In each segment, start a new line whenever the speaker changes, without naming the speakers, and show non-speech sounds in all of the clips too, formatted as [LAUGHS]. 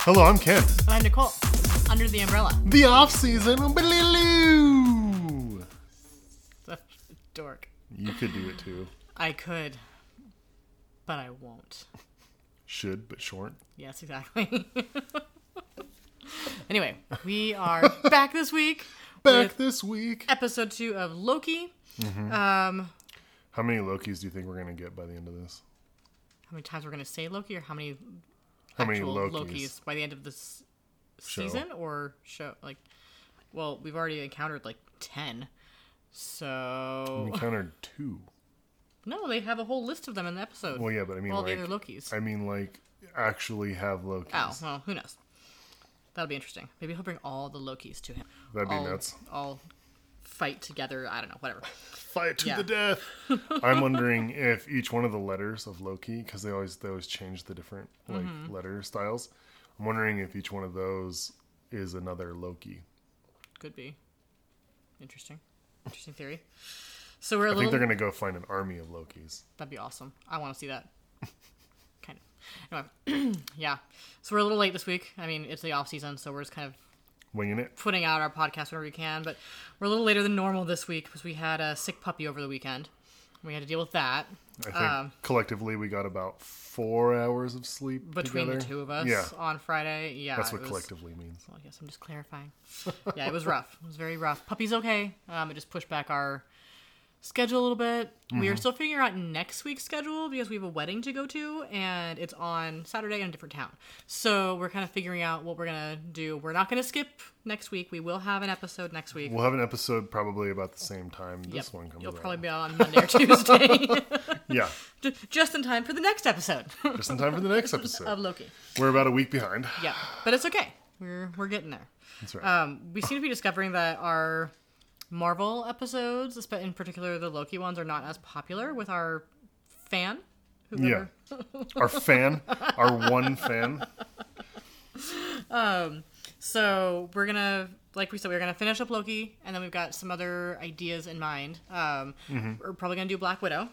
Hello, I'm Ken.
I'm Nicole. Under the umbrella.
The off season. Baloo.
Such a dork.
You could do it too.
I could, but I won't.
Should, but short.
Yes, exactly. [LAUGHS] anyway,
[LAUGHS]
we are back this week.
Back
With-
this week.
Episode two of Loki. Um,
How many Lokis do you think we're gonna get by the end of this?
how many times we're gonna say Loki, or how many
How many
actual
Lokis?
Lokis by the end of this season or show? Like, well, we've already encountered like ten. So
We counted two.
no, they have a whole list of them in the episode.
Well, yeah, but I mean,
all
like,
the other Lokis.
I mean, like, actually have Lokis.
Oh, well, who knows? That'll be interesting. Maybe he'll bring all the Lokis to him.
That'd be
all,
nuts.
All fight together. I don't know. Whatever.
Fight to
Yeah.
the
[LAUGHS]
death. I'm wondering if each one of the letters of Loki, because they always they always change the different like
Mm-hmm.
letter styles. I'm wondering if each one of those is another Loki.
Could be. Interesting. Interesting theory. So we're a
I think
little.
they're gonna go find an army of Lokis.
That'd be awesome. I want to see that. [LAUGHS] kind of. Anyway, [CLEARS THROAT] yeah. So we're a little late this week. I mean, it's the off season, so we're just kind of
Winging it.
putting out our podcast whenever we can. But we're a little later than normal this week because we had a sick puppy over the weekend. We had to deal with that.
I think
Um,
collectively we got about four hours of sleep
between the
together.
two of us
Yeah,
on Friday. Yeah,
that's
it
what
was-
collectively means.
Well, I guess I'm just clarifying. yeah, it was rough. It was very rough. Puppy's okay. Um, it just pushed back our schedule a little bit. We
Mm-hmm.
are still figuring out next week's schedule because we have a wedding to go to, and it's on Saturday in a different town. So we're kind of figuring out what we're gonna do. We're not gonna skip next week. We will have an episode next week.
We'll have an episode probably about the same time this
Yep.
one comes
It'll
out.
probably be on Monday or Tuesday, [LAUGHS]
Yeah,
Ju- just in time for the next episode
just in time
[LAUGHS]
for the next
of
episode.
Loki.
We're about a week behind.
Yeah, but it's okay. We're we're getting there.
That's right.
um, we seem to be discovering that our Marvel episodes, espe- in particular the Loki ones, are not as popular with our fan.
yeah, our fan, our one
[LAUGHS]
fan.
So we're gonna, like we said, we're gonna finish up Loki, and then we've got some other ideas in mind. Um, We're probably gonna do Black Widow.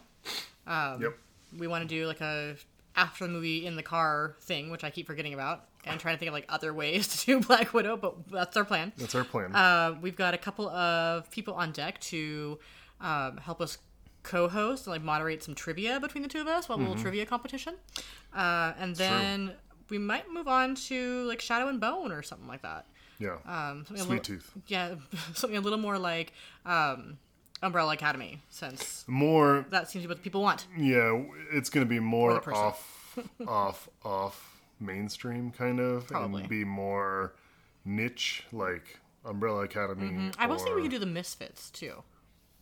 Um,
yep.
We want to do like a after the movie in the car thing, which I keep forgetting about, and trying to think of like other ways [LAUGHS] to do Black Widow. But that's our plan.
That's our plan.
Uh, we've got a couple of people on deck to um, help us co-host and like moderate some trivia between the two of us, while a
Mm-hmm.
little trivia competition, uh, and then we might move on to like Shadow and Bone or something like that.
yeah.
Um, something a
Sweet
little,
tooth.
yeah, [LAUGHS] something a little more like um, Umbrella Academy, since
More.
that seems to be what the people want.
Yeah, it's going to be
the
more
person.
off,
[LAUGHS]
off, off mainstream kind of,
Probably.
and be more niche like Umbrella Academy.
Mm-hmm. I was thinking we
or-
could do the Misfits too.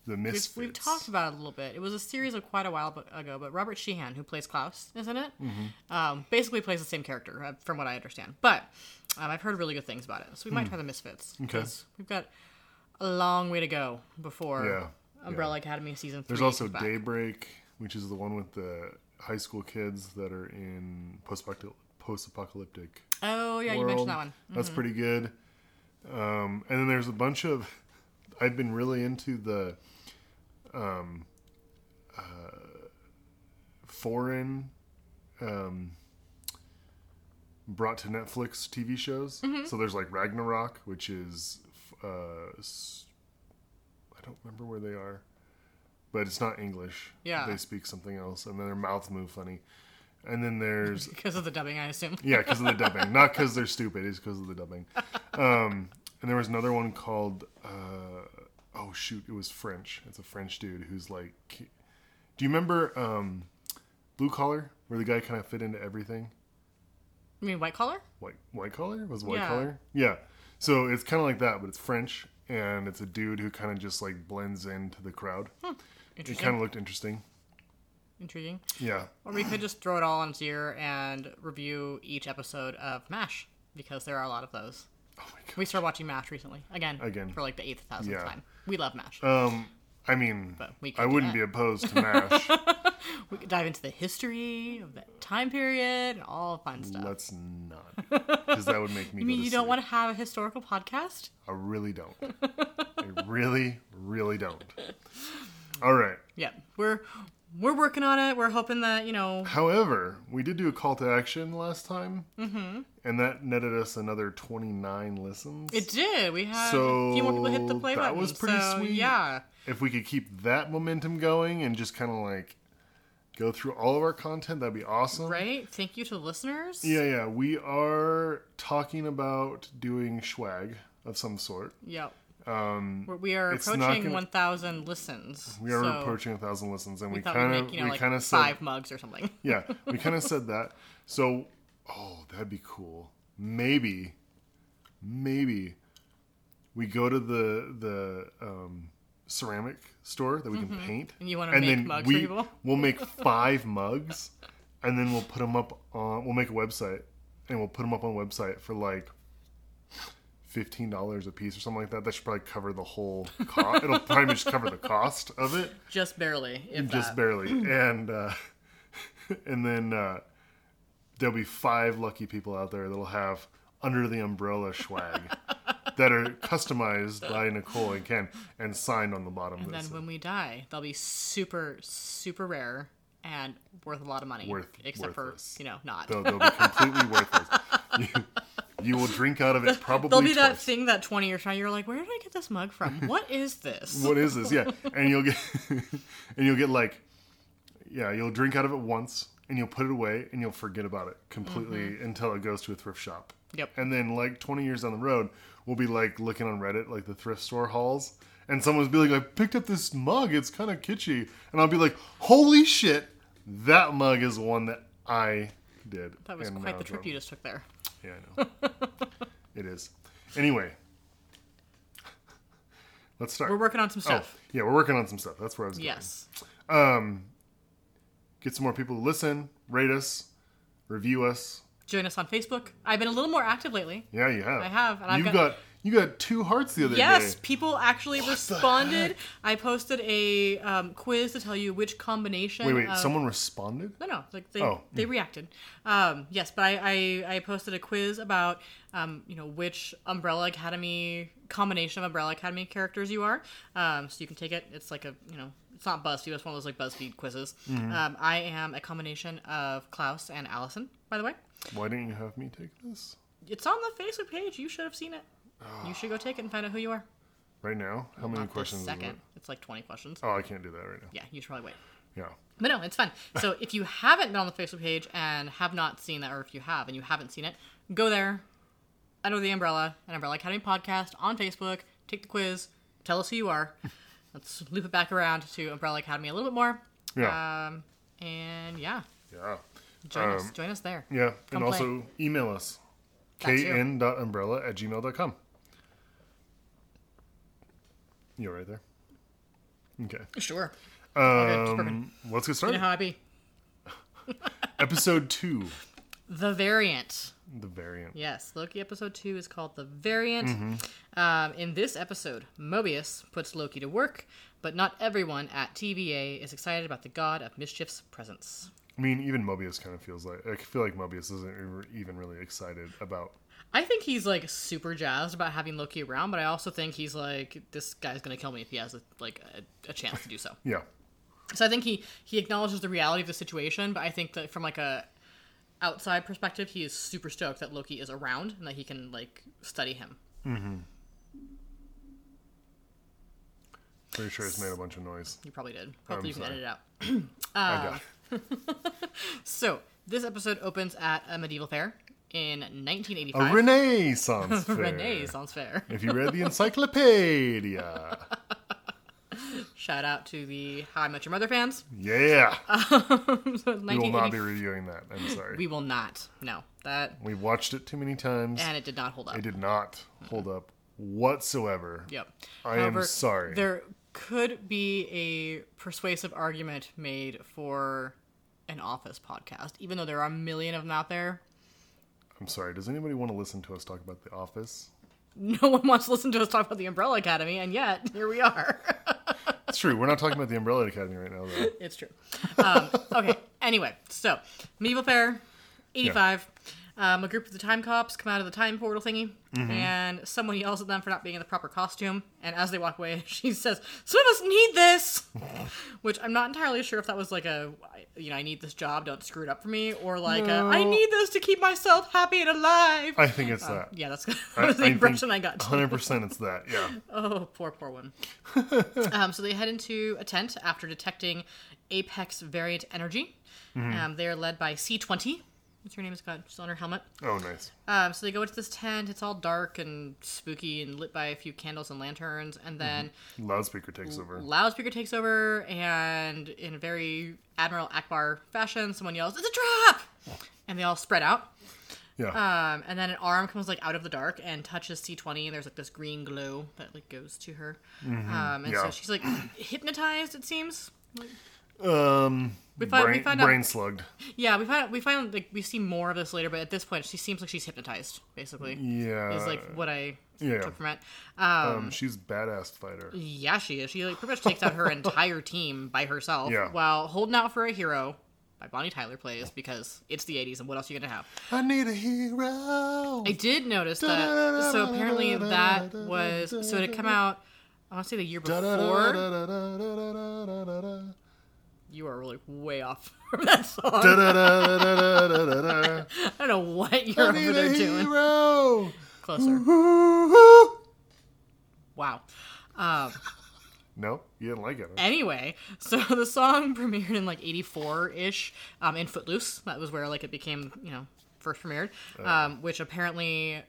The
We've,
Misfits.
we've talked about it a little bit. It was a series of quite a while bu- ago, but Robert Sheehan, who plays Klaus, isn't it?
Mm-hmm.
Um, basically plays the same character, uh, from what I understand. But um, I've heard really good things about it, so we
Hmm.
might try the Misfits. because We've got a long way to go before
Yeah, yeah.
Umbrella Academy season three.
There's also
comes back.
Daybreak, which is the one with the high school kids that are in post-apocalyptic. Post-apocalyptic
Oh yeah, you
world.
mentioned that one. Mm-hmm.
That's pretty good. Um, and then there's a bunch of. [LAUGHS] I've been really into the um, uh, foreign um, brought to Netflix TV shows.
Mm-hmm.
So there's like Ragnarok, which is. f- Uh, s- I don't remember where they are, but it's not English.
Yeah.
They speak something else, and then their mouths move funny. And then there's
Because of the dubbing, I assume.
yeah, because of the dubbing. Not because they're stupid. It's because of the dubbing. Um, and there was another one called uh, oh shoot, it was French. It's a French dude who's like, ki- do you remember um, Blue Collar, where the guy kind of fit into everything?
You mean white collar?
White White Collar was it White
Yeah.
Collar. Yeah. So it's kind of like that, but it's French, and it's a dude who kind of just like blends into the crowd. It
Hmm. Interesting.
kind of looked interesting.
Intriguing.
Yeah.
Or we could just throw it all on its ear and review each episode of MASH because there are a lot of those.
Oh my god.
We started watching MASH recently. Again.
Again.
For like the eighth thousandth
Yeah.
time. We love MASH.
Um, I mean,
But we could
I
do
wouldn't
that.
be opposed
[LAUGHS]
to Mash.
we could dive into the history of that time period and all fun stuff.
Let's not, because that would make me.
[LAUGHS] I mean, you don't want to have a historical podcast?
I really
[LAUGHS]
don't. I really, really don't. All right.
Yeah. We're we're working on it. We're hoping that you know.
However, we did do a call to action last time,
Mm-hmm.
and that netted us another 29 listens.
It did. We had
So
a few more people hit the play
that
button.
was pretty
so,
sweet.
Yeah.
if we could keep that momentum going and just kind of like go through all of our content, that'd be awesome.
Right. Thank you to the listeners.
Yeah, yeah. We are talking about doing swag of some sort.
Yep. Um, We're, we are
it's not
approaching
gonna-
1,000 listens.
We are
so
approaching a thousand listens, and we
We thought we'd
kind
make
of
you know
we
like
kind
five
of said
mugs or something. [LAUGHS]
[LAUGHS] yeah, we kind of said that. So, oh, that'd be cool. Maybe, maybe we go to the the um, ceramic store that we can paint,
Mm-hmm. And you wanna make mugs for
we,
people?
[LAUGHS] We'll make five mugs, and then we'll put them up on. We'll make a website, and we'll put them up on website for like. Fifteen dollars a piece or something like that. That should probably cover the whole cost. It'll probably just cover the cost of it
Just barely. If
just
that.
barely
[CLEARS THROAT]
and uh, [LAUGHS] and then uh, there'll be five lucky people out there that'll have under the umbrella swag
[LAUGHS]
that are customized by nicole and ken and signed on the bottom of
Then
this
when we die, they'll be super, super rare and worth a lot of money.
Worth-
except
worthless.
for, you know, not.
they'll, they'll be completely worthless you, you will drink out of
[LAUGHS]
it probably
There'll be that
twice.
thing that 20 years from now, you're like, where did I get this mug
[LAUGHS]
from? What is this?
what is this yeah and you'll get [LAUGHS] and you'll get like yeah you'll drink out of it once and you'll put it away and you'll forget about it completely until it goes to a thrift shop
Mm-hmm. Yep.
and then like 20 years down the road we'll be like looking on reddit like the thrift store hauls and someone's be like i picked up this mug it's kind of kitschy and i'll be like holy shit that mug is one that i did
That was
And
quite
now
the
it's
trip
on-
you just took there.
yeah, I know. [LAUGHS] it is. Anyway, [LAUGHS] let's start.
We're working on some
oh,
stuff.
yeah, we're working on some stuff. That's where I was going.
yes.
Get some more people to listen, rate us, review us.
Join us on Facebook. I've been a little more active lately.
Yeah, you have.
I have, and I've
You've
got-
got, you got two hearts the other
Yes,
day.
people actually responded. I posted a um, quiz to tell you which combination.
Wait, wait.
of-
someone responded.
No, no. Like they,
Oh.
they reacted. Um, yes, but I, I, I posted a quiz about um, you know which Umbrella Academy combination of Umbrella Academy characters you are. Um, so you can take it. It's like a you know it's not BuzzFeed. It's one of those like BuzzFeed quizzes.
Mm-hmm.
Um, I am a combination of Klaus and Allison. By the way,
Why didn't you have me take this
it's on the Facebook page. You should have seen it. You should go take it and find out who you are.
right now? How many
Not this
questions? is it?
second. It's like twenty questions.
Oh, I can't do that right now.
Yeah, you should probably wait.
Yeah.
But no, it's fun. So if you haven't been on the Facebook page and have not seen that, or if you have and you haven't seen it, go there, under the umbrella, and Umbrella Academy podcast on Facebook. Take the quiz. Tell us who you are. Let's loop it back around to Umbrella Academy a little bit more.
Yeah.
Um, and yeah,
yeah.
join us. Join us there.
Yeah.
Come
and
play.
also email us.
That too.
kn.umbrella at gmail.com. You're right there. Okay.
Sure.
Um, let's get
you know
started.
how I be.
Episode two,
The variant.
the variant.
Yes, Loki episode two is called The Variant. Um, in this episode, Mobius puts Loki to work, but not everyone at TVA is excited about the god of mischief's presence.
I mean, even Mobius kind of feels like I feel like Mobius isn't e- even really excited about.
I think he's like super jazzed about having Loki around, but I also think he's like, this guy's gonna kill me if he has like a, a chance to do so.
Yeah,
So I think he he acknowledges the reality of the situation, but I think that from like a outside perspective, he is super stoked that Loki is around and that he can like study him.
pretty sure it's made a bunch of noise.
You probably did. Hopefully you can
sorry.
edit it out. Ah,
I got it.
So this episode opens at a medieval fair in 1985.
a
[LAUGHS]
Renaissance fair.
Renaissance fair.
[LAUGHS] If you read the encyclopedia,
Shout out to the How I Met Your Mother fans. [LAUGHS]
yeah,
So
we will not be
1980
reviewing that. I'm sorry.
we will not. No, that
We watched it too many times.
and it did not hold up.
It did not hold up whatsoever.
Yep.
I am sorry.
There could be a persuasive argument made for an office podcast, even though there are a million of them out there. [LAUGHS]
I'm sorry. Does anybody want to listen to us talk about The Office?
No one wants to listen to us talk about the Umbrella Academy, and yet here we are.
It's true. We're not talking about The Umbrella Academy right now, though.
[LAUGHS] It's true. Um, okay. Anyway, so medieval fair, eighty-five. Um, a group of the time cops come out of the time portal thingy,
Mm-hmm.
and someone yells at them for not being in the proper costume. And as they walk away, [LAUGHS] she says, "Some of us need this,"
[LAUGHS]
which I'm not entirely sure if that was like a, you know, I need this job, don't screw it up for me, or like a, I
No.
need this to keep myself happy and alive.
I think it's that.
Oh, yeah, that's [LAUGHS]
I-
that was the
I think
impression
[LAUGHS]
I got.
100% it's that, yeah.
Oh, poor, poor one. um, so they head into a tent after detecting Apex variant energy. Um, they are led by C20. What's her name? Is got she's on her helmet.
Oh, nice.
Um, so they go into this tent. It's all dark and spooky and lit by a few candles and lanterns. And then
Mm-hmm. Loudspeaker takes over.
loudspeaker takes over, and in a very Admiral Akbar fashion, someone yells, "It's a trap!" And they all spread out.
Yeah.
Um, and then an arm comes like out of the dark and touches C twenty, and there's like this green glow that like goes to her. Um, and so
yeah.
she's like [CLEARS THROAT] hypnotized. It seems.
um,
we find- we
brain,
find out-
brain slugged.
Yeah, we find we find like we see more of this later, but at this point, she seems like she's hypnotized. Basically,
Yeah.
is like what I
Uh, yeah.
took from it. Um,
um, she's badass fighter.
yeah, she is. She like pretty much takes out
[LAUGHS]
her entire team by herself
Yeah.
while holding out for a hero. By Bonnie Tyler plays because it's the 80s and what else are you gonna have?
I need a hero.
I did notice that. So apparently that was so it had come out. I want to say the year before.
Da-da-da-da-da-da-da-da-da-da.
You are really way off [LAUGHS] from that song.
Da-da-da-da-da-da-da-da.
I don't know what you're
I
over
need
there
a
doing.
hero.
Closer.
Ooh.
Wow. Um,
No, you didn't like it. huh?
anyway, so [LAUGHS] the song premiered in like '84 ish um, in Footloose. That was where like it became you know first premiered,
Oh.
um, which apparently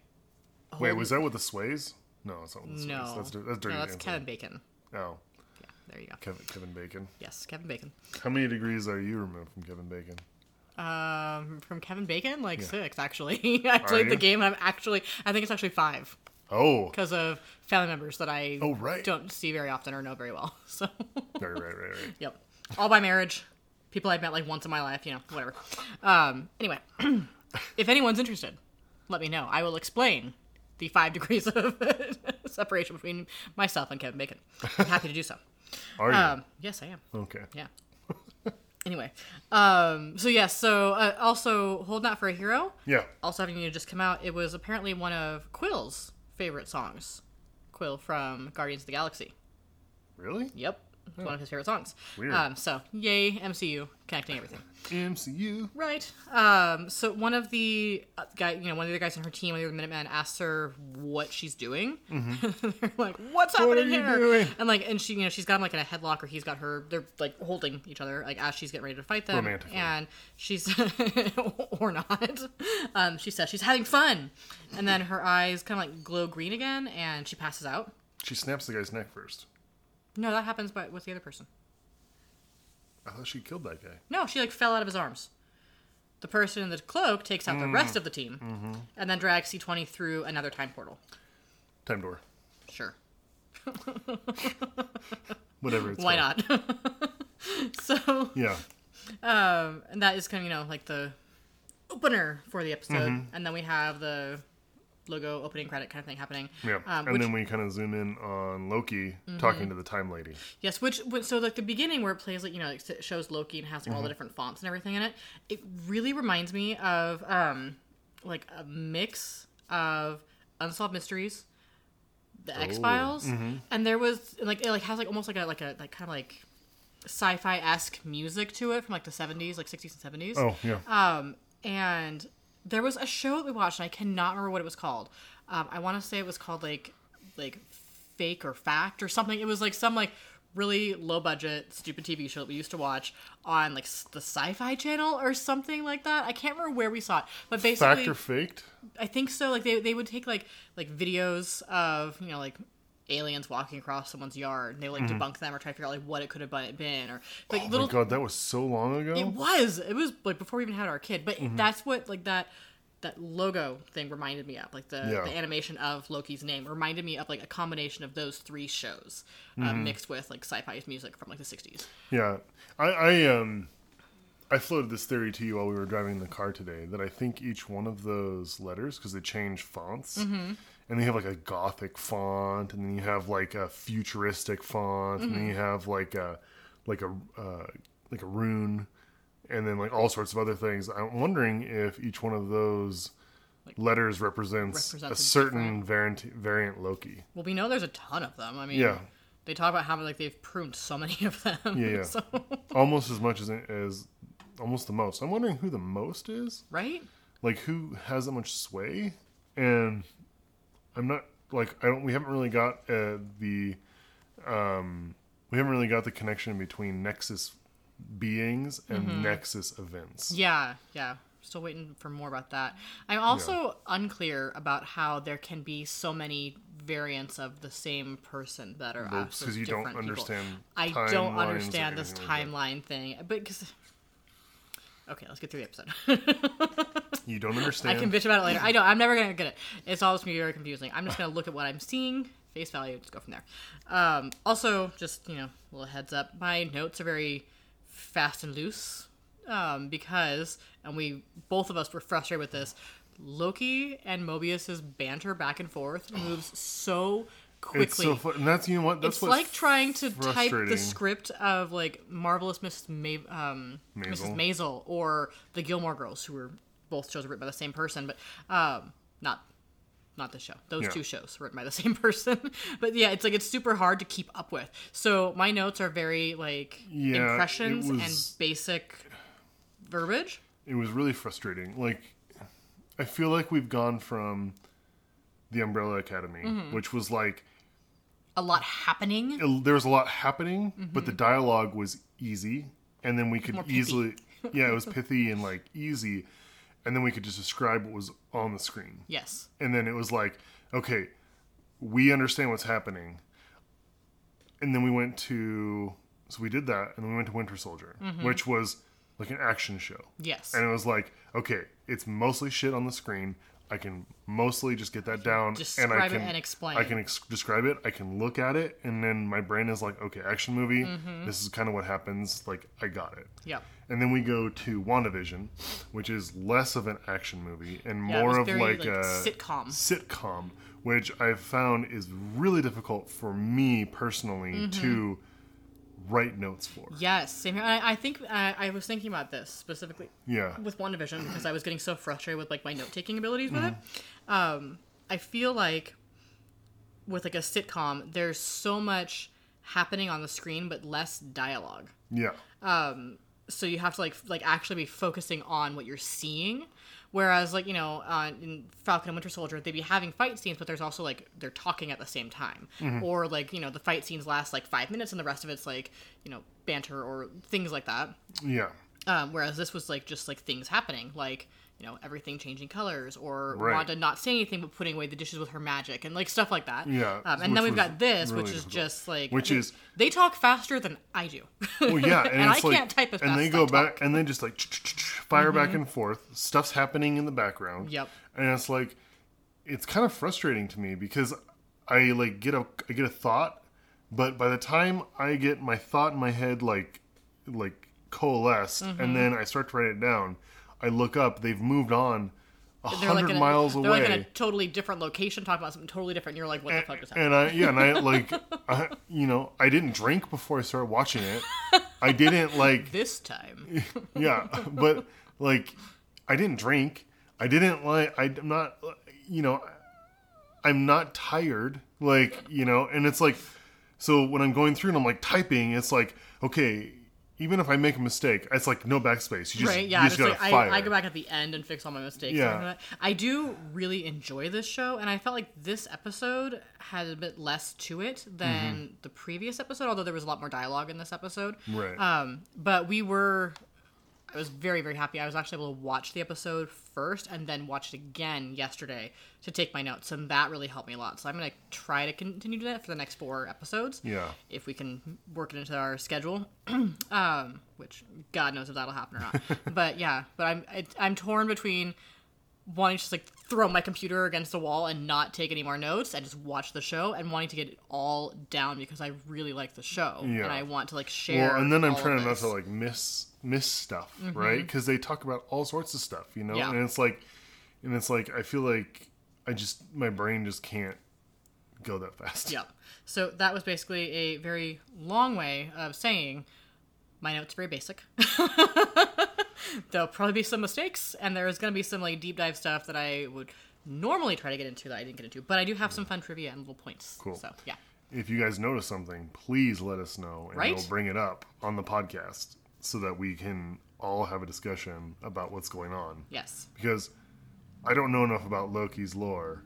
Wait, was that with the sways? No, it's not with the sways.
no,
That's, dir- that's dirty.
no, that's
Dancing.
Kevin Bacon.
Oh,
Yeah, there you go.
Kevin, Kevin Bacon.
Yes, Kevin Bacon.
How many degrees are you removed from Kevin Bacon?
Um, from Kevin Bacon, like six actually. [LAUGHS] I played the
you?
game, and I'm actually, I think it's actually five
Oh,
because of family members that I
Oh, right.
don't see very often or know very well. [LAUGHS] So,
right, right, right, right.
yep, all by marriage, people I've met like once in my life, you know, whatever. Um, anyway, [CLEARS THROAT] if anyone's interested, let me know. I will explain the five [LAUGHS] degrees of separation between myself and Kevin Bacon. I'm happy to do so.
Are you?
Um, yes, I am.
okay.
Yeah. [LAUGHS] anyway, um, so yes, so uh, also hold not for a hero.
Yeah.
Also having you just come out, it was apparently one of Quill's favorite songs. Quill from Guardians of the Galaxy.
Really?
Yep, it's one of his favorite songs.
Weird.
Um, so yay MCU connecting everything.
MCU.
Right. Um, so one of the uh, guy, you know, one of the other guys on her team, one of the other Minutemen, asks her what she's doing. [LAUGHS] they're like, "What's
Mm-hmm. are
happening
you
here?"
doing?
And like, and she, you know, she's got him like in a headlock, or he's got her. They're like holding each other, like as she's getting ready to fight them.
Romantically.
And she's [LAUGHS] or not. Um, she says she's having fun, and then her eyes kind of like glow green again, and she passes out.
She snaps the guy's neck first.
No, that happens, but with the other person.
I thought she killed that guy.
No, she like fell out of his arms. The person in the cloak takes out
Mm.
the rest of the team
Mm-hmm.
and then drags C20 through another time portal.
Time door.
Sure.
Whatever it's
Why
called.
not? [LAUGHS] so,
Yeah.
um, and that is kind of, you know, like the opener for the episode.
Mm-hmm.
And then we have the logo opening credit kind of thing happening.
Yeah.
Um,
and
which, Mm-hmm.
then we kind of zoom in on Loki talking to the time lady.
yes, which, which- so like the beginning where it plays, like, you know, it shows Loki and has like all the different fonts and everything in it. It really reminds me of, um, like a mix of Unsolved Mysteries the X Files, and there was like it like has like almost like a like a like kind of like sci-fi esque music to it from like the seventies, like sixties and seventies.
Oh, yeah.
Um, and there was a show that we watched, and I cannot remember what it was called. Um, I want to say it was called like like fake or fact or something. It was like some like really low budget stupid TV show that we used to watch on like s- the Sci-Fi Channel or something like that. I can't remember where we saw it, but basically
Fact or faked?
I think so. Like they, they would take like like videos of you know like aliens walking across someone's yard, and they would, like debunk them or try to figure out like what it could have bu- been or like
Mm-hmm. Oh
little.
my god, that was so long ago.
It was it was like before we even had our kid, but
Mm-hmm.
that's what like that that logo thing reminded me of like the,
Yeah.
the animation of loki's name reminded me of like a combination of those three shows uh,
Mm-hmm.
mixed with like sci-fi music from like the 60s
Yeah, I, I um, I floated this theory to you while we were driving in the car today that I think each one of those letters because they change fonts. And they have like a gothic font, and then you have like a futuristic font, and then you have like a like a uh, like a rune, and then like all sorts of other things. I'm wondering if each one of those letters represents
represents a
a certain variant variant Loki.
Well, we know there's a ton of them. I mean,
Yeah.
they talk about how like they've pruned so many of them.
Yeah, yeah.
[LAUGHS] so,
almost as much as as almost the most. I'm wondering who the most is.
right?
Like who has that much sway? And I'm not like I don't. We haven't really got uh, the um we haven't really got the connection between Nexus beings and Nexus events.
Mm-hmm. Yeah, yeah. Still waiting for more about that. I'm also unclear about how there can be so many variants of the same person that are
Well,
us as
'cause you don't
different people.
understand
I
timelines
don't
or
understand this
anything like
timeline thing, but because okay, let's get through the episode. [LAUGHS]
You don't
I
understand.
can bitch about it later. I know I'm never gonna get it. It's all just gonna be very confusing. I'm just gonna look at what I'm seeing, face value, just go from there. Um, also, just you know, a little heads up. My notes are very fast and loose um, because, and we both of us were frustrated with this. Loki and Mobius's banter back and forth moves so quickly
it's so fun. And that's you know what that's
it's
what's
like trying to type the
frustrating.
script of like marvelous Miss Ma- um, Mrs.
Maisel.
Maisel or the Gilmore Girls, who were both shows written by the same person, but um, not not this show. Those
Yeah.
two shows written by the [LAUGHS] same person, but yeah, it's like it's super hard to keep up with. So my notes are very like
Yeah, it
impressions
was-
and basic verbiage.
it was really frustrating. Like, I feel like we've gone from the Umbrella Academy,
Mm-hmm.
which was like
A lot happening.
it, there was a lot happening, but the dialogue was easy, and then we could
Mm-hmm. pithy.
easily, yeah, it
[LAUGHS]
was pithy and like easy, and then we could just describe what was on the screen,
Yes.
and then it was like, okay, we understand what's happening, and then we went to, so we did that, and then we went to Winter Soldier, which was like an action show.
Mm-hmm. Yes.
And it was like, okay, it's mostly shit on the screen. I can mostly just get that down, and I
describe it
can
and explain.
I can ex- describe it. I can look at it, and then my brain is like, okay, action movie.
Mm-hmm.
This is kind of what happens. Like, I got it.
Yep.
And then we go to WandaVision, which is less of an action movie and
Yeah, it
more
was
of
very,
like,
like,
a
sitcom.
Sitcom, which I've found is really difficult for me personally
Mm-hmm.
to write notes for.
Yes. Same here. I, I think I, I was thinking about this specifically
Yeah.
with WandaVision because I was getting so frustrated with like my note taking abilities with it. Um, I feel like with like a sitcom, there's so much happening on the screen but less dialogue.
Yeah.
uh, So you have to like f- like actually be focusing on what you're seeing. Whereas like you know uh, in Falcon and Winter Soldier, they'd be having fight scenes, but there's also like they're talking at the same time,
Mm-hmm.
or like you know the fight scenes last like five minutes and the rest of it's like you know banter or things like that.
Yeah.
Um, whereas this was like just like things happening, like you know everything changing colors, or
Right.
Wanda not saying anything but putting away the dishes with her magic, and like stuff like that.
Yeah,
Um, and
which
then we've
was
got this,
really
which is
difficult.
just like
Which
they-
is-
they talk faster than I do.
Well, yeah, and,
[LAUGHS] and, I
it's like,
can't type as fast.
and they
as
go
I talk. Mm-hmm.
back and they just like fire back and forth. Stuff's happening in the background.
Yep.
And it's like, it's kind of frustrating to me because I like get a I get a thought, but by the time I get my thought in my head like like coalesced
Mm-hmm.
and then I start to write it down, I look up. They've moved on a
They're like
hundred
in a,
miles
they're
away. Eh,
like in a totally different location, talking about something totally different. And you're like, what the fuck is happening?
and I yeah, and I like, [LAUGHS] I, you know, I didn't drink before I started watching it. I didn't like [LAUGHS]
This time,
yeah but like i didn't drink i didn't like i'm not you know i'm not tired like you know and it's like so when i'm going through and i'm like typing it's like okay even if i make a mistake it's like no backspace you just,
right?
you
Yeah,
just
it's
gotta
like I,
fire
I go back at the end and fix all my mistakes. and
Yeah.
everything like that. I do really enjoy this show, and I felt like this episode had a bit less to it than
Mm-hmm.
the previous episode, although there was a lot more dialogue in this episode.
right
Um, but we were. I was very, very happy. I was actually able to watch the episode first and then watch it again yesterday to take my notes, and that really helped me a lot. So I'm going to try to continue to do that for the next four episodes.
yeah
If we can work it into our schedule, [CLEARS THROAT] um, which God knows if that'll happen
[LAUGHS]
or not. but yeah, but I'm it, I'm torn between wanting to just like throw my computer against the wall and not take any more notes and just watch the show, and wanting to get it all down because I really like the show
Yeah.
and I want to like share.
well and then i'm
all of
trying not
this. Mm-hmm.
to like miss miss stuff right? 'Cause right because they talk about all sorts of stuff you know
Yeah.
and it's like and it's like i feel like i just my brain just can't go that fast
Yep. So that was basically a very long way of saying my notes are very basic. [LAUGHS] There'll probably be some mistakes, and there's going to be some like deep dive stuff that I would normally try to get into that I didn't get into. But I do have some fun trivia and little points.
Cool.
So yeah,
If you guys notice something, please let us know, and
Right?
we'll bring it up on the podcast so that we can all have a discussion about what's going on.
yes,
Because I don't know enough about Loki's lore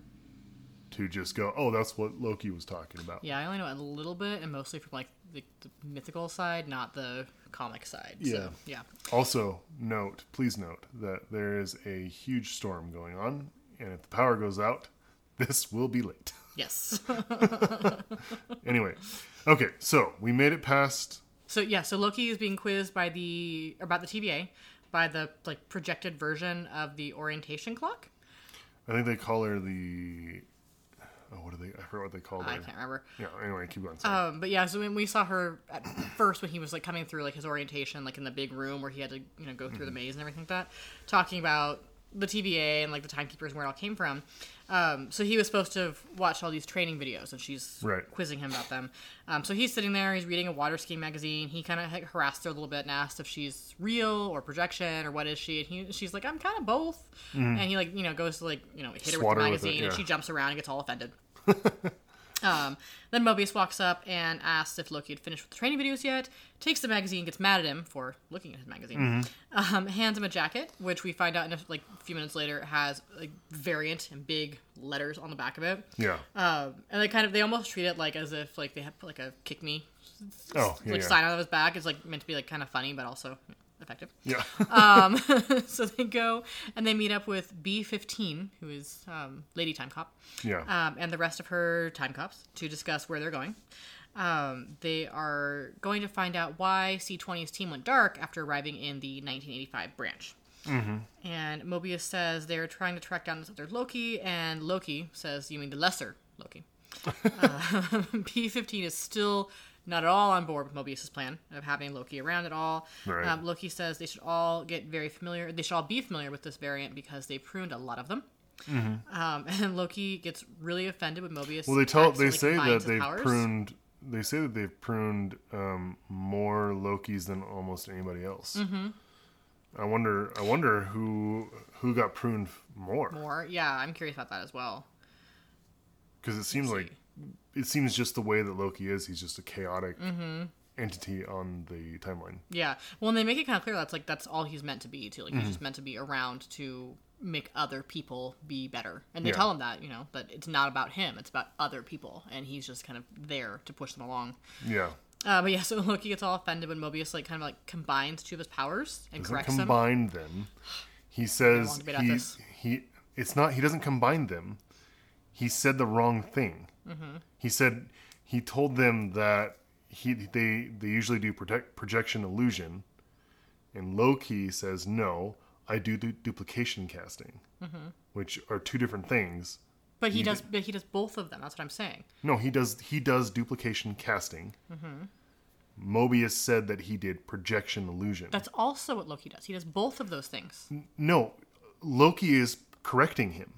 to just go, "Oh, that's what Loki was talking about."
yeah. I only know a little bit, and mostly from like the, the mythical side, not the comic side.
Yeah.
So, yeah.
Also, note, please note that there is a huge storm going on, and if the power goes out, [LAUGHS] this will be late.
Yes.
[LAUGHS]
[LAUGHS]
anyway, okay, so we made it past.
So yeah, so Loki is being quizzed by the about the TVA by the like projected version of the orientation clock.
I think they call her the. Oh, what are they? I forgot what they called
I
her.
can't remember.
Yeah. Anyway, keep going. Sorry.
Um, but yeah, so when we saw her at first when he was like coming through like his orientation, like in the big room where he had to you know go through
Mm-hmm.
the maze and everything like that, talking about the TVA and like the timekeepers and where it all came from. Um, so he was supposed to have watched all these training videos, and she's
Right.
quizzing him about them. Um, so he's sitting there, he's reading a water skiing magazine. He kind of harassed her a little bit and asked if she's real or projection or what is she. And he, she's like, I'm kind of both.
Mm-hmm.
And he like you know goes to like you know hit her
Swat
with
her
the
with it,
magazine, and
yeah.
she jumps around and gets all offended. [LAUGHS] Um, then Mobius walks up and asks if Loki had finished with the training videos yet. Takes the magazine, gets mad at him for looking at his magazine.
Mm-hmm.
Um, hands him a jacket, which we find out in a, like a few minutes later has like variant and big letters on the back of it.
yeah.
Um, and they kind of they almost treat it like as if like they have put like a kick me
oh, yeah.
like
yeah.
sign on his back. It's like meant to be like kind of funny, but also effective. [LAUGHS]
yeah. [LAUGHS]
Um, so they go and they meet up with B15, who is um, Lady Time Cop
yeah.
um, and the rest of her time cops to discuss where they're going. Um, they are going to find out why C20's team went dark after arriving in the 1985 branch. And Mobius says they're trying to track down this other Loki, and Loki says, You mean the lesser Loki? uh, [LAUGHS] P15 is still not at all on board with Mobius's plan of having Loki around at all.
Right.
Um, Loki says they should all get very familiar, they should all be familiar with this variant because they pruned a lot of them. Um, [LAUGHS] and Loki gets really offended when Mobius.
Well, they tell
acts
they
like
say that
finds his
they've
powers.
pruned. They say that they've pruned um, more Loki's than almost anybody else. Mm-hmm. I wonder. I wonder who who got pruned more
more. Yeah, I'm curious about that as well.
because it seems like it seems just the way that Loki is. He's just a chaotic entity on the timeline.
Yeah. Well, and they make it kind of clear that's like that's all he's meant to be too. Like he's
Mm-hmm.
just meant to be around to make other people be better. And they
Yeah.
tell him that you know that it's not about him, it's about other people, and he's just kind of there to push them along.
Yeah,
Uh, but yeah, [LAUGHS] so Loki gets all offended when Mobius like kind of like combines two of his powers and
doesn't
corrects him.
combine them. He
long
says
debate about
he
this.
he. It's not. He doesn't combine them. He said the wrong thing.
Mm-hmm.
He said he told them that he they they usually do protect projection illusion, and Loki says no. I do, du- duplication casting,
Mm-hmm.
which are two different things.
But he does. But he does both of them. That's what I'm saying.
No, he does. He does duplication casting. Mobius said that he did projection illusion.
Mm-hmm. That's also what Loki does. He does both of those things.
no, Loki is correcting him.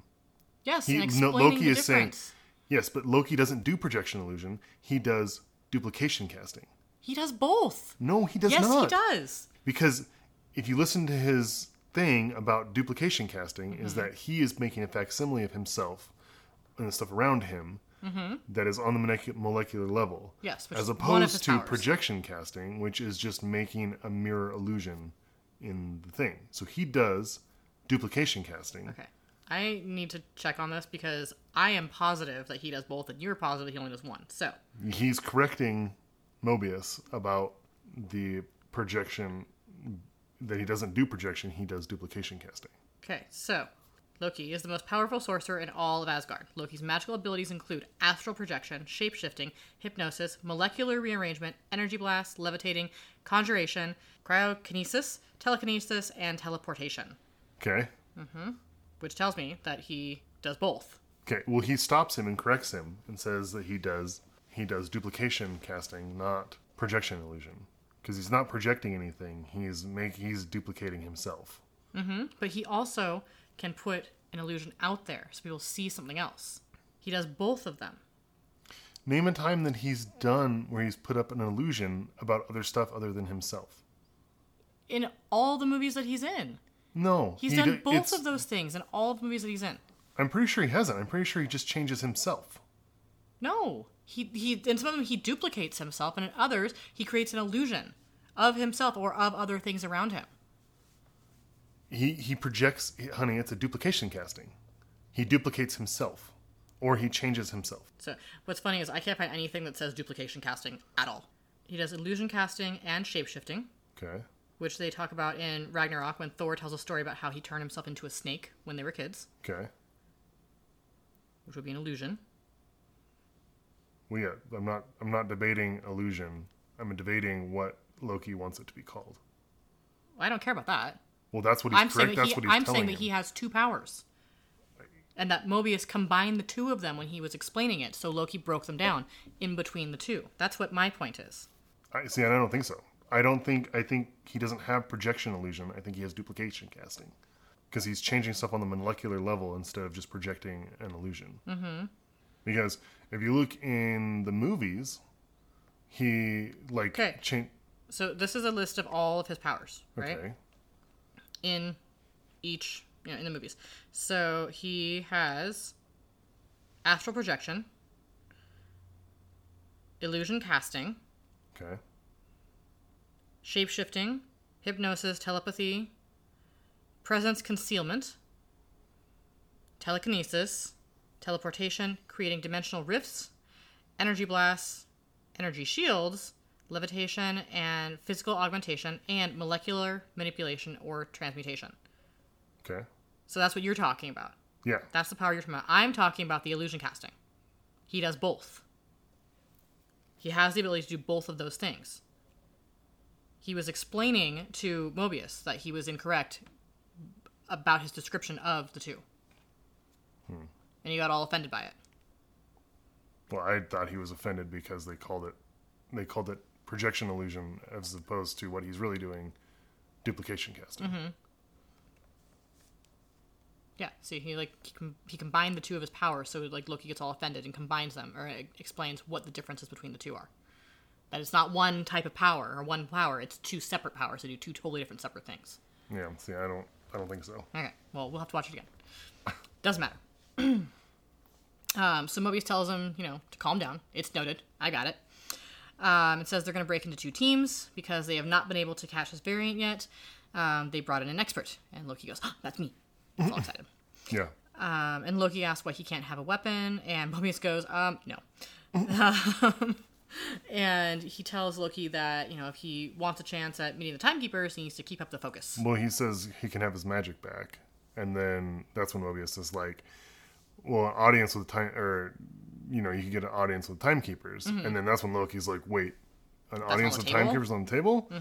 Yes,
He-
and
no,
explaining
Loki
the
is saying-
difference.
Yes, but Loki doesn't do projection illusion. He does duplication casting.
He does both.
No, he does
yes,
not.
he does.
Because if you listen to his thing about duplication casting,
Mm-hmm.
is that he is making a facsimile of himself and the stuff around him that is on the molecu- molecular level.
Mm-hmm. Yes, which
as
is one of his
opposed to
powers.
projection casting, which is just making a mirror illusion in the thing. So he does duplication casting.
Okay. I need to check on this because I am positive that he does both, and you're positive he only does one. So,
he's correcting Mobius about the projection that he doesn't do projection, he does duplication casting.
okay, so Loki is the most powerful sorcerer in all of Asgard. Loki's magical abilities include astral projection, shape shifting, hypnosis, molecular rearrangement, energy blast, levitating, conjuration, cryokinesis, telekinesis, and teleportation,
Okay?
which tells me that he does both.
Okay. Well, he stops him and corrects him and says that he does he does duplication casting, not projection illusion, because he's not projecting anything. He's make he's duplicating himself.
But he also can put an illusion out there so people see something else. He does both of them.
Name a time that he's done where he's put up an illusion about other stuff other than himself.
in all the movies that he's in.
No,
He's
he
done
di-
both
it's-
of those things in all the movies that he's in.
I'm pretty sure he hasn't. I'm pretty sure he just changes himself.
No, he he in some of them he duplicates himself, and in others he creates an illusion of himself or of other things around him.
He he projects, honey. It's a duplication casting. He duplicates himself, or he changes himself.
So what's funny is I can't find anything that says duplication casting at all. He does illusion casting and shapeshifting,
Okay.
which they talk about in Ragnarok when Thor tells a story about how he turned himself into a snake when they were kids,
Okay.
which would be an illusion.
We got, I'm not I'm not debating illusion. I'm debating what Loki wants it to be called.
I don't care about that.
Well, that's what he's
I'm saying
correct.
that
That's
he,
what he's
I'm
telling
saying that
him.
he has two powers. And that Mobius combined the two of them when he was explaining it, so Loki broke them down in between the two. That's what my point is.
I see. I don't think so. I don't think. I think he doesn't have projection illusion. I think he has duplication casting because he's changing stuff on the molecular level instead of just projecting an illusion. Mm-hmm. Because if you look in the movies, he like
Okay.
cha-
So this is a list of all of his powers, right?
Okay.
In each, you know, in the movies. So he has astral projection, illusion casting,
Okay.
shapeshifting, hypnosis, telepathy, presence concealment, telekinesis, teleportation, creating dimensional rifts, energy blasts, energy shields, levitation, and physical augmentation, and molecular manipulation or transmutation.
Okay.
So that's what you're talking about.
Yeah.
That's the power you're talking about. I'm talking about the illusion casting. He does both. He has the ability to do both of those things. He was explaining to Mobius that he was incorrect about his description of the two. And he got all offended by it.
Well, I thought he was offended because they called it they called it projection illusion as opposed to what he's really doing, duplication casting.
Yeah, see, he like he, com- he combined the two of his powers, so like Loki gets all offended and combines them, or e- explains what the differences between the two are. That it's not one type of power or one power; it's two separate powers that do two totally different separate things.
Yeah. See, I don't I don't think so.
Okay. Well, we'll have to watch it again. Doesn't matter. [CLEARS THROAT] um, so Mobius tells him, you know, to calm down. It's noted. I got it. Um, it says they're going to break into two teams because they have not been able to catch this variant yet. Um, they brought in an expert, and Loki goes, "Ah, "That's me." He's all excited.
Yeah.
Um, and Loki asks why he can't have a weapon, and [LAUGHS] Mobius goes, um, no. [LAUGHS] and he tells Loki that, you know, if he wants a chance at meeting the timekeepers, he needs to keep up the focus.
Well, he says he can have his magic back, and then that's when Mobius is like, "Well, an audience with time, or you know, you could get an audience with timekeepers." And then that's when Loki's like, "Wait, an audience
Mm-hmm. on the
with
table? Mm-hmm.
timekeepers on the table?"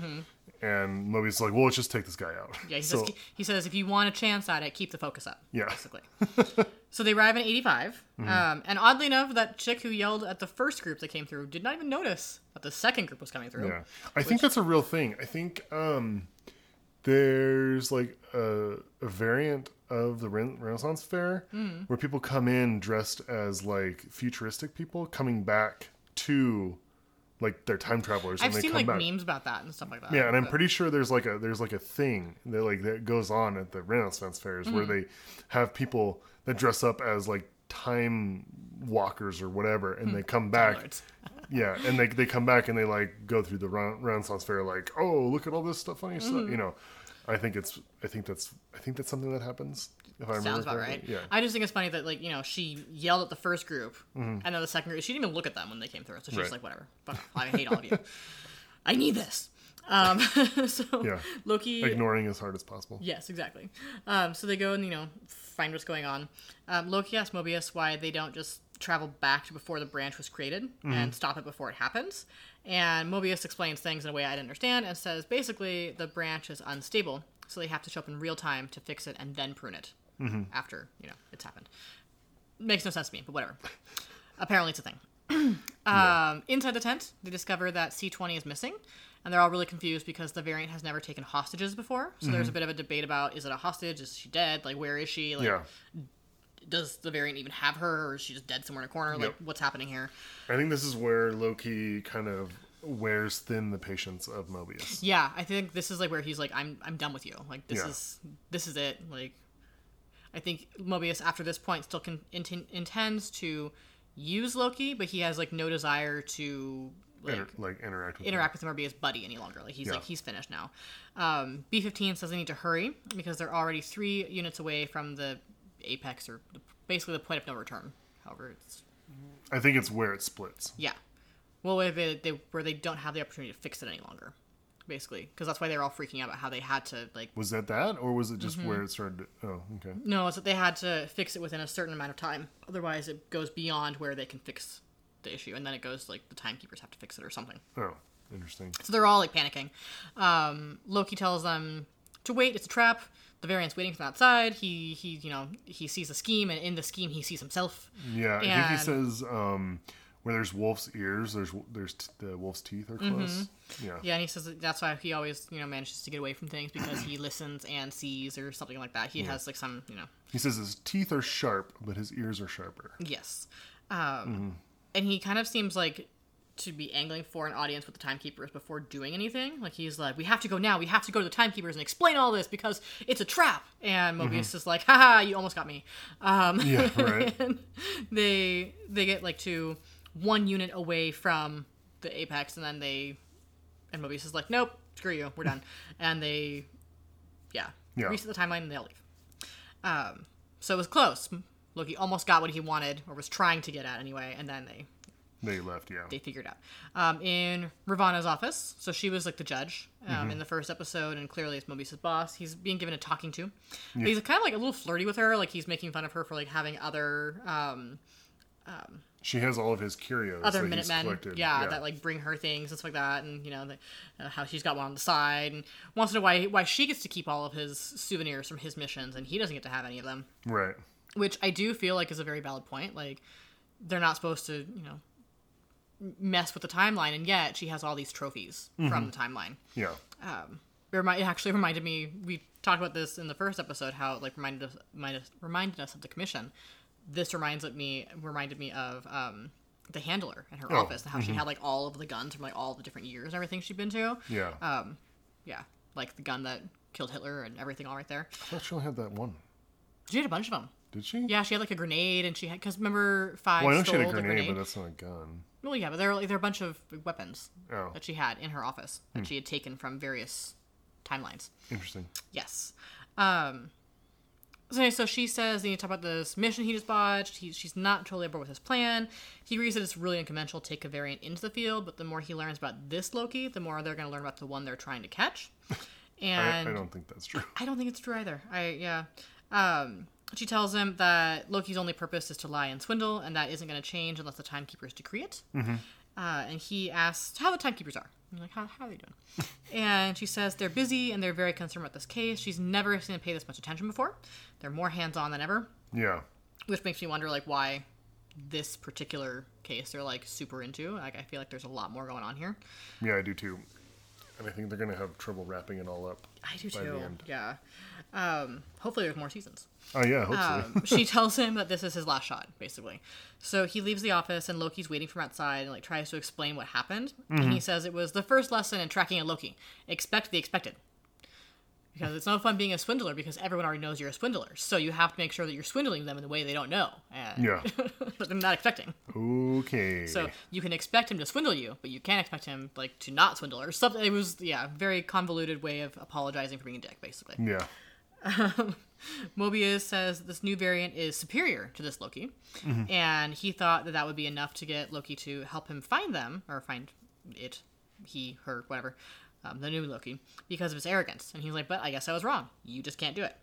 And Mobius is like, "Well, let's just take this guy out."
Yeah, he,
so,
says, he says if you want a chance at it, keep the focus up.
Yeah. Mm-hmm.
Basically. [LAUGHS] so they arrive in 85. Um, and oddly enough, that chick who yelled at the first group that came through did not even notice that the second group was coming through.
yeah, I think that's a real thing. I think um, there's like a, a variant of the Ren- Renaissance Fair
Mm.
where people come in dressed as like futuristic people coming back to like their time travelers.
I've
and they
seen
come
like
back.
memes about that and stuff like that.
Yeah, and I'm
but-
pretty sure there's like a there's like a thing that like that goes on at the Renaissance fairs where
Mm-hmm.
they have people that dress up as like time walkers or whatever, and they come back.
Hmm. lords. [LAUGHS]
yeah, and they they come back and they like go through the Ren- Renaissance fair like, oh, look at all this stuff, funny stuff,
Mm-hmm.
you know. I think it's I think that's I think that's something that happens. If I remember
Sounds about right.
correctly. Yeah.
I just think it's funny that like you know she yelled at the first group and then the second group she didn't even look at them when they came through. So she's
Mm-hmm. Right.
just like whatever. Fuck off. I hate
[LAUGHS]
all of you. I need this. Um, [LAUGHS] so
Yeah.
Loki.
Ignoring as hard as possible.
yes, exactly. Um, so they go and you know find what's going on. Um, Loki asks Mobius why they don't just travel back to before the branch was created and stop it before it happens. And Mobius explains things in a way I didn't understand and says basically the branch is unstable, so they have to show up in real time to fix it and then prune it after you know it's happened. Makes no sense to me,
[LAUGHS]
but whatever. Apparently, it's a thing. [CLEARS THROAT] um, inside the tent, they discover that C20 is missing, and they're all really confused because the variant has never taken hostages before. So
Mm-hmm.
there's a bit of a debate about is it a hostage? Is she dead? Like, where is she? Like,
Yeah.
does the variant even have her, or is she just dead somewhere in a corner? Like,
Yep.
what's happening here?
I think this is where Loki kind of wears thin the patience of Mobius.
Yeah, I think this is like where he's like, I'm I'm done with you. Like this
Yeah.
is this is it. Like I think Mobius after this point still con- inten- intends to use Loki, but he has like no desire to like
Inter- like interact with
interact with him or be his buddy any longer. Like he's
Yeah.
like he's finished now. Um, B15 says they need to hurry because they're already three units away from the apex or the, basically the point of no return. However, it's
Him. I think it's where it splits.
yeah. Well, if it, they, where they don't have the opportunity to fix it any longer, basically, because that's why they're all freaking out about how they had to like.
Was that that, or was it just where it started? To, oh, okay.
No, it's that they had to fix it within a certain amount of time. Otherwise, it goes beyond where they can fix the issue, and then it goes like the timekeepers have to fix it or something.
Oh, interesting.
So they're all like panicking. Um, Loki tells them to wait. It's a trap. The variant's waiting from outside. He he you know he sees a scheme, and in the scheme he sees himself.
Yeah, I think
And-
he says um, where there's wolf's ears, there's there's t- the wolf's teeth are
Mm-hmm.
close. Yeah.
Yeah, and he says that that's why he always you know manages to get away from things because he listens and sees or something like that. He has like some you know
he says his teeth are sharp, but his ears are sharper.
yes, um, and he kind of seems like to be angling for an audience with the timekeepers before doing anything. Like he's like, we have to go now. We have to go to the timekeepers and explain all this because it's a trap. And Mobius is like, haha, you almost got me. Um,
Yeah, [LAUGHS] right.
and [LAUGHS] they they get like to one unit away from the apex and then they and Mobius is like nope screw you we're done and they yeah,
Yeah.
reset the timeline and they all leave um so it was close Loki almost got what he wanted or was trying to get at anyway and then they
they left. Yeah.
they figured out um, in Ravana's office. So she was like the judge um, in the first episode, and clearly it's Mobius' boss. He's being given a talking to. But he's kind of like a little flirty with her. Like he's making fun of her for like having other um,
she has all of his curios.
other
that he's
Minutemen,
collected.
yeah, that like bring her things and stuff like that, and you know the, uh, how she's got one on the side, and wants to know why why she gets to keep all of his souvenirs from his missions, and he doesn't get to have any of them.
right.
which I do feel like is a very valid point. Like they're not supposed to, you know, m- mess with the timeline, and yet she has all these trophies
Mm-hmm.
from the timeline.
Yeah.
It, remi- it actually reminded me. We talked about this in the first episode. How it like reminded us, reminded us, reminded us of the commission. This reminds of me reminded me of um, the handler in her
Oh,
office and how she had like all of the guns from like all the different years and everything she'd been to.
Yeah.
Uh, Yeah, like the gun that killed Hitler and everything all right there.
I thought she only had that one.
She had a bunch of them.
Did she?
Yeah, she had like a grenade, and she had because remember five.
Well, I know she
stole
had a
the
grenade,
grenade,
but uh, that's not a gun.
Well, yeah, but they're like they're a bunch of weapons
Oh, Hmm.
that she had in her office that she had taken from various timelines.
interesting.
Yes. Um. So, anyway, so she says they need to talk about this mission he just botched. He, she's not totally aboard with his plan. He agrees that it's really unconventional to take a variant into the field, but the more he learns about this Loki, the more they're going to learn about the one they're trying to catch.
[LAUGHS] I,
And
I don't think that's true. [LAUGHS]
I don't think it's true either. I yeah. Um, she tells him that Loki's only purpose is to lie and swindle, and that isn't going to change unless the timekeepers decree it.
Mm-hmm.
Uh, and he asks how the timekeepers are. I'm like, how, how are
[LAUGHS]
they doing? and she says they're busy and they're very concerned about this case. She's never seen them pay this much attention before. They're more hands on than ever,
Yeah.
which makes me wonder like why this particular case they're like super into. Like I feel like there's a lot more going on here.
Yeah, I do too. And I think they're going to have trouble wrapping it all up.
I do
By the
too.
end.
Yeah. Um, hopefully there's more seasons.
Oh, yeah, hopefully.
um,
[LAUGHS]
she tells him that this is his last shot, basically. So he leaves the office, and Loki's waiting from outside, and like tries to explain what happened.
Mm-hmm.
And he says it was the first lesson in tracking a Loki: expect the expected. Because it's no fun being a swindler because everyone already knows you're a swindler. So you have to make sure that you're swindling them in the way they don't know. And [LAUGHS]
yeah.
that they're not expecting.
Okay.
So you can expect him to swindle you, but you can't expect him like to not swindle or something. It was yeah, very convoluted way of apologizing for being a dick, basically.
yeah.
Mobius says this new variant is superior to this Loki,
Mm-hmm.
and he thought that that would be enough to get Loki to help him find them or find it, he, her, whatever, um, the new Loki because of his arrogance. And he's like, "But I guess I was wrong. You just can't
[LAUGHS]
do it."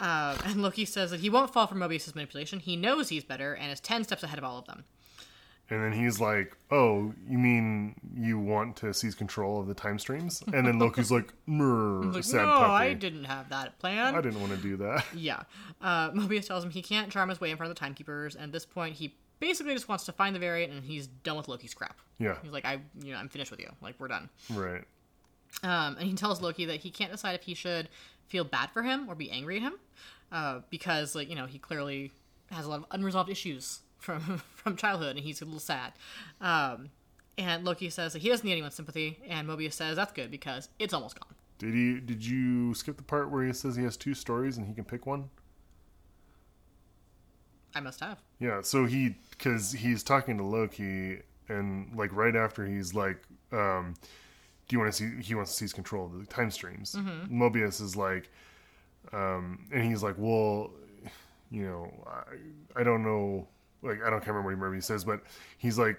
um, and Loki says that he won't fall for Mobius' manipulation. He knows he's better and is ten steps ahead of all of them.
And then he's like, "Oh, you mean you want to seize control of the time streams?" And then Loki's
[LAUGHS]
like, "Mrr,
Like,
sad
no,
puppy.
I didn't have that plan.
I didn't want to do that." [LAUGHS]
Yeah. Uh, Mobius tells him he can't charm his way in front of the timekeepers, and at this point, he basically just wants to find the variant, and he's done with Loki's crap.
Yeah.
He's like, I, you know, I'm finished with you. Like, we're done.
Right.
Um, and he tells Loki that he can't decide if he should feel bad for him or be angry at him, uh, because like you know he clearly [LAUGHS] has a lot of unresolved issues from from childhood, and he's a little sad. Um, And Loki says that he doesn't need anyone's sympathy, and Mobius says that's good because it's almost gone.
Did he? Did you skip the part where he says he has two stories and he can pick one?
I must have.
Yeah, so he because he's talking to Loki, and like right after he's like, um, "Do you want to see?" He wants to seize control of the time streams. Mobius is like, um, and he's like, "Well, you know, I, I don't know, like I don't can't remember what he- remember he says, but he's like."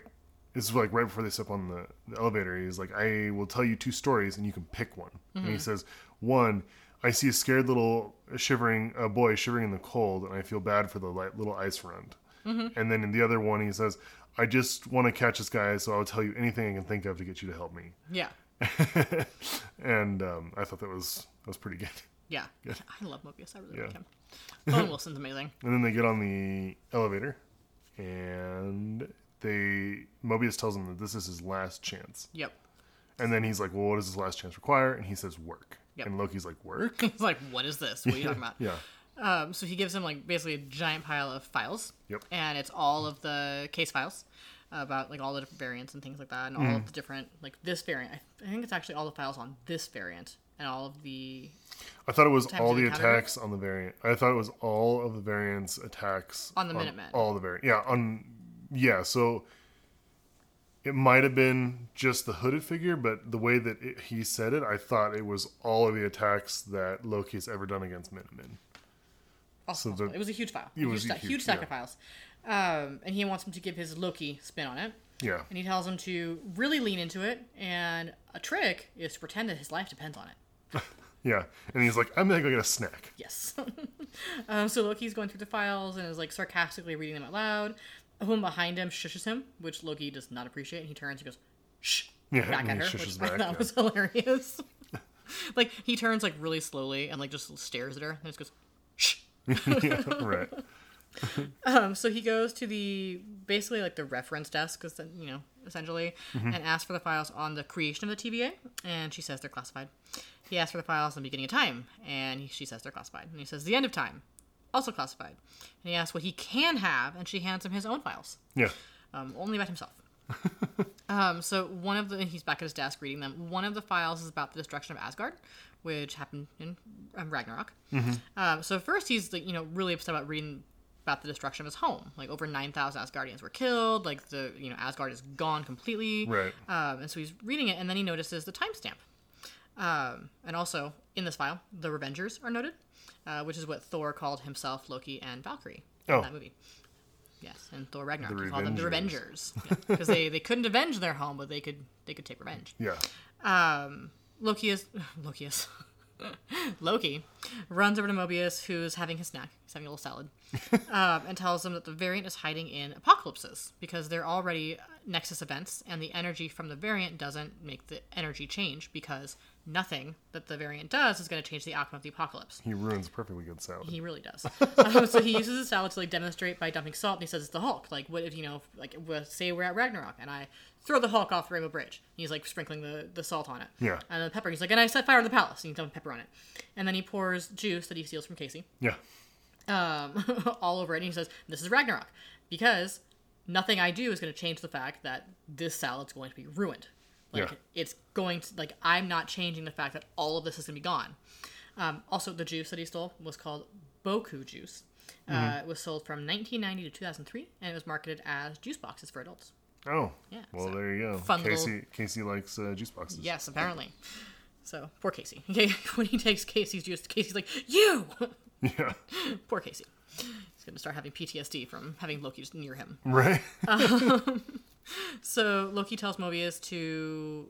This is like right before they step on the, the elevator. He's like, "I will tell you two stories, and you can pick one." And he says, "One, I see a scared little shivering a boy shivering in the cold, and I feel bad for the light, little ice friend. And then in the other one, he says, "I just want to catch this guy, so I'll tell you anything I can think of to get you to help me."
Yeah,
and um, I thought that was that was pretty good. [LAUGHS]
yeah. [LAUGHS] I love Mobius. I really like
Yeah.
him. Owen Wilson's amazing.
And then they get on the elevator, and they Mobius tells him that this is his last chance.
Yep. [LAUGHS]
And then he's like, "Well, what does this last chance require?" And he says, "Work."
Yep.
And Loki's like,
[LAUGHS]
"Work."
He's like, what is this? What are you talking about?
[LAUGHS] yeah.
Um, so he gives him like basically a giant pile of files.
Yep.
And it's all of the case files about like all the different variants and things like that, and
Hmm.
all of the different like this variant. I, I think it's actually all the files on this variant and all of the
I thought it was all
of
the
encounter?
attacks on the variant. I thought it was all of the variants attacks
On the Minutemen.
All the variant. Yeah, on yeah, so it might have been just the hooded figure, but the way that it, he said it, I thought it was all of the attacks that Loki has ever done against Minutemen.
Also,
So the-
it was a huge file.
It was
huge,
a
sta-
huge-
huge stack
yeah.
of files. Um, and he wants him to give his Loki spin on it.
Yeah.
And he tells him to really lean into it. And a trick is to pretend that his life depends on it.
Yeah. And he's like, I'm gonna go get a snack.
Yes. [LAUGHS] um, so Loki's going through the files and is like sarcastically reading them out loud. A woman behind him shushes him, which Loki does not appreciate. And he turns and goes, shh,
Yeah,
back at
and
her,
he
which [LAUGHS]
shushes
I
back,
thought
yeah.
was hilarious. [LAUGHS] like he turns like really slowly and like just stares at her and just goes, shh.
yeah, right.
Um, so he goes to the basically like the reference desk, is the- you know, essentially, and asks for the files on the creation of the TVA, and she says they're classified. He asks for the files on the beginning of time, and he, she says they're classified. And he says the end of time, also classified. And he asks what he can have, and she hands him his own files,
Yeah.
um, only
[LAUGHS]
about himself. um, so one of the and he's back at his desk reading them. One of the files is about the destruction of Asgard, which happened in um, Ragnarok.
Mm-hmm.
Um, so first he's like you know really upset about reading about the destruction of his home. Like over nine thousand Asgardians were killed. Like the you know Asgard is gone completely.
Right.
Um, and so he's reading it, and then he notices the timestamp. Um, and also in this file, the Revengers are noted, uh, which is what Thor called himself, Loki, and Valkyrie
Oh.
in that movie. Yes, and Thor Ragnarok.
The
he called them the
Revengers.
Revengers because they, they couldn't avenge their home, but they could they could take revenge.
Yeah.
Loki is [SIGHS] Loki is [LAUGHS] Loki runs over to Mobius, who's having his snack. He's having a
[LAUGHS]
little salad, um, and tells him that the variant is hiding in apocalypses because they're already Nexus events, and the energy from the variant doesn't make the energy change because nothing that the variant does is going to change the outcome of the apocalypse.
He ruins a perfectly good salad.
He really does. [LAUGHS] um, so he uses his salad to like demonstrate by dumping salt, and he says it's the Hulk. Like, what if you know, like, we'll say we're at Ragnarok, and I throw the Hulk off the Rainbow Bridge. And he's like sprinkling the, the salt on it.
Yeah.
And the pepper. He's like, and I set fire to the palace, and he dumps pepper on it. And then he pours juice that he steals from Casey
yeah.
um, [LAUGHS] all over it, and he says, "This is Ragnarok," because nothing I do is going to change the fact that this salad's going to be ruined. Like
Yeah.
it's going to like I'm not changing the fact that all of this is going to be gone. Um, also, the juice that he stole was called Boku juice.
Mm-hmm.
Uh, it was sold from 1990 to 2003, and it was marketed as juice boxes for adults.
Oh.
Yeah,
Well,
so
there you go.
fun little-
Casey Casey likes uh, juice boxes.
Yes, apparently. So poor Casey. [LAUGHS] when he takes Casey's juice, Casey's like, "You."
[LAUGHS] Yeah.
[LAUGHS] poor Casey. He's going to start having PTSD from having Loki just near him.
[LAUGHS] Right.
So Loki tells Mobius to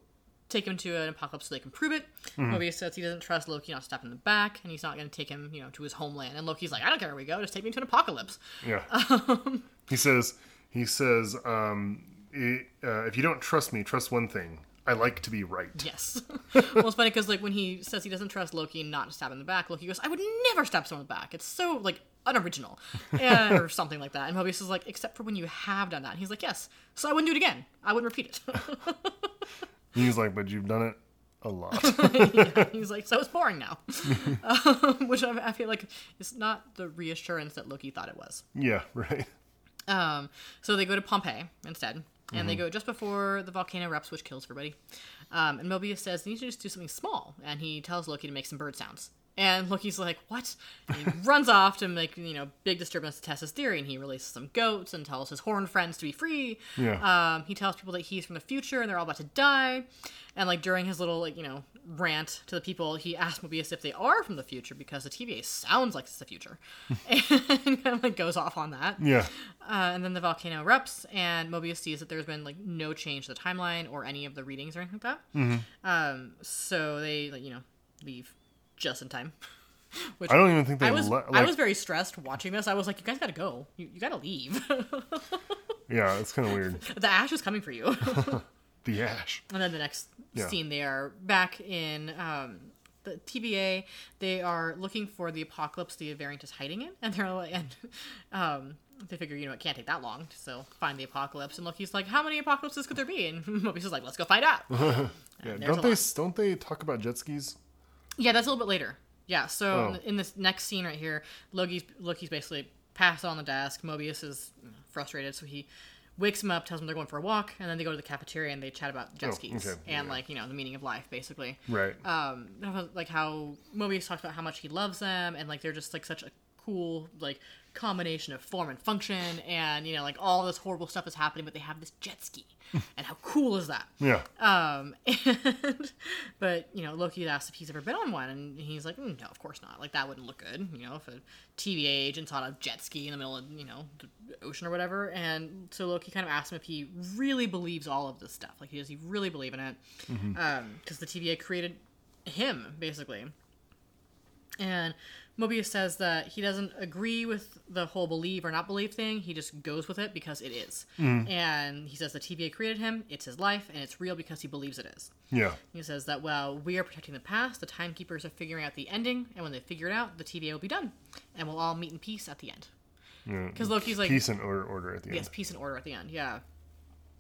take him to an apocalypse so they can prove it. Mobius says he doesn't trust Loki not to stab him in the back, and he's not going to take him, you know, to his homeland. And Loki's like, I don't care where we go, just take me to an apocalypse. [LAUGHS]
Yeah.
Um,
he says. He says. Um, it, uh, if you don't trust me, trust one thing. I like to be right.
Yes. [LAUGHS] well, it's funny because like when he says he doesn't trust Loki not to stab him in the back, Loki goes, I would never stab someone in the back. It's so like unoriginal, and, or something like that. And Mobius is like, except for when you have done that. And he's like, yes. So I wouldn't do it again. I wouldn't repeat it. [LAUGHS]
He's like, but you've done it a
[LAUGHS]
lot.
He's like, so it's boring now, [LAUGHS] um, which I, I feel like it's not the reassurance that Loki thought it was.
yeah. Right.
Um, so they go to Pompeii instead, and they go just before the volcano erupts, which kills everybody. Um, and Mobius says they need to just do something small, and he tells Loki to make some bird sounds. And Loki's like, "What?" And he runs off to make you know big disturbance to test his theory, and he releases some goats and tells his horn friends to be free.
Yeah.
Um, he tells people that he's from the future and they're all about to die. And like during his little like you know rant to the people, he asks Mobius if they are from the future because the TVA sounds like it's the future, [LAUGHS] and kind of like goes off on that.
Yeah.
Uh, and then the volcano erupts, and Mobius sees that there's been like no change to the timeline or any of the readings or anything like that.
Mm-hmm.
Um, so they, like, you know, leave just in time. Which
I don't even think they
I was,
let.
I
like-
was very stressed watching this. I was like, you guys gotta go. You, you gotta leave. [LAUGHS]
yeah, it's kind of weird.
the ash is coming for you. and
The ash.
then the next
Yeah.
scene, they are back in um, the TVA. They are looking for the apocalypse the variant is hiding in, and they're like, and um, they figure, you know, it can't take that long, so find the apocalypse. And Loki's like, how many apocalypses could there be? And [LAUGHS] Mobius is like, let's go find out.
Uh-huh. Yeah.
there's
Don't
a
they?
lot.
Don't they talk about jet skis?
Yeah, that's a little bit later. Yeah, so in
Oh.
th- in this next scene right here, Loki's Loki's basically passed on the desk. Mobius is you know, frustrated, so he wakes him up, tells him they're going for a walk, and then they go to the cafeteria and they chat about jet
Oh,
skis
okay.
and
Yeah.
like you know the meaning of life, basically.
Right.
Um, like how Mobius talks about how much he loves them, and like they're just like such a cool like combination of form and function, and you know like all this horrible stuff is happening, but they have this jet ski, and how cool is that?
yeah.
Um, [LAUGHS] and but you know, Loki had asked if he's ever been on one, and he's like, "Mm, "No, of course not. Like that wouldn't look good. You know, if a TVA agent's on a jet ski in the middle of you know the ocean or whatever." And so Loki kind of asked him if he really believes all of this stuff. Like, does he really believe in it? Because the TVA created him basically. And Mobius says that he doesn't agree with the whole believe or not believe thing. He just goes with it because it is. And he says the TVA created him, it's his life, and it's real because he believes it is.
yeah.
He says that while we are protecting the past, the timekeepers are figuring out the ending, and when they figure it out, the TVA will be done, and we'll all meet in peace at the end. Because Loki's like,
Peace and order. Order at the
Yes, peace and order at the end. Yeah,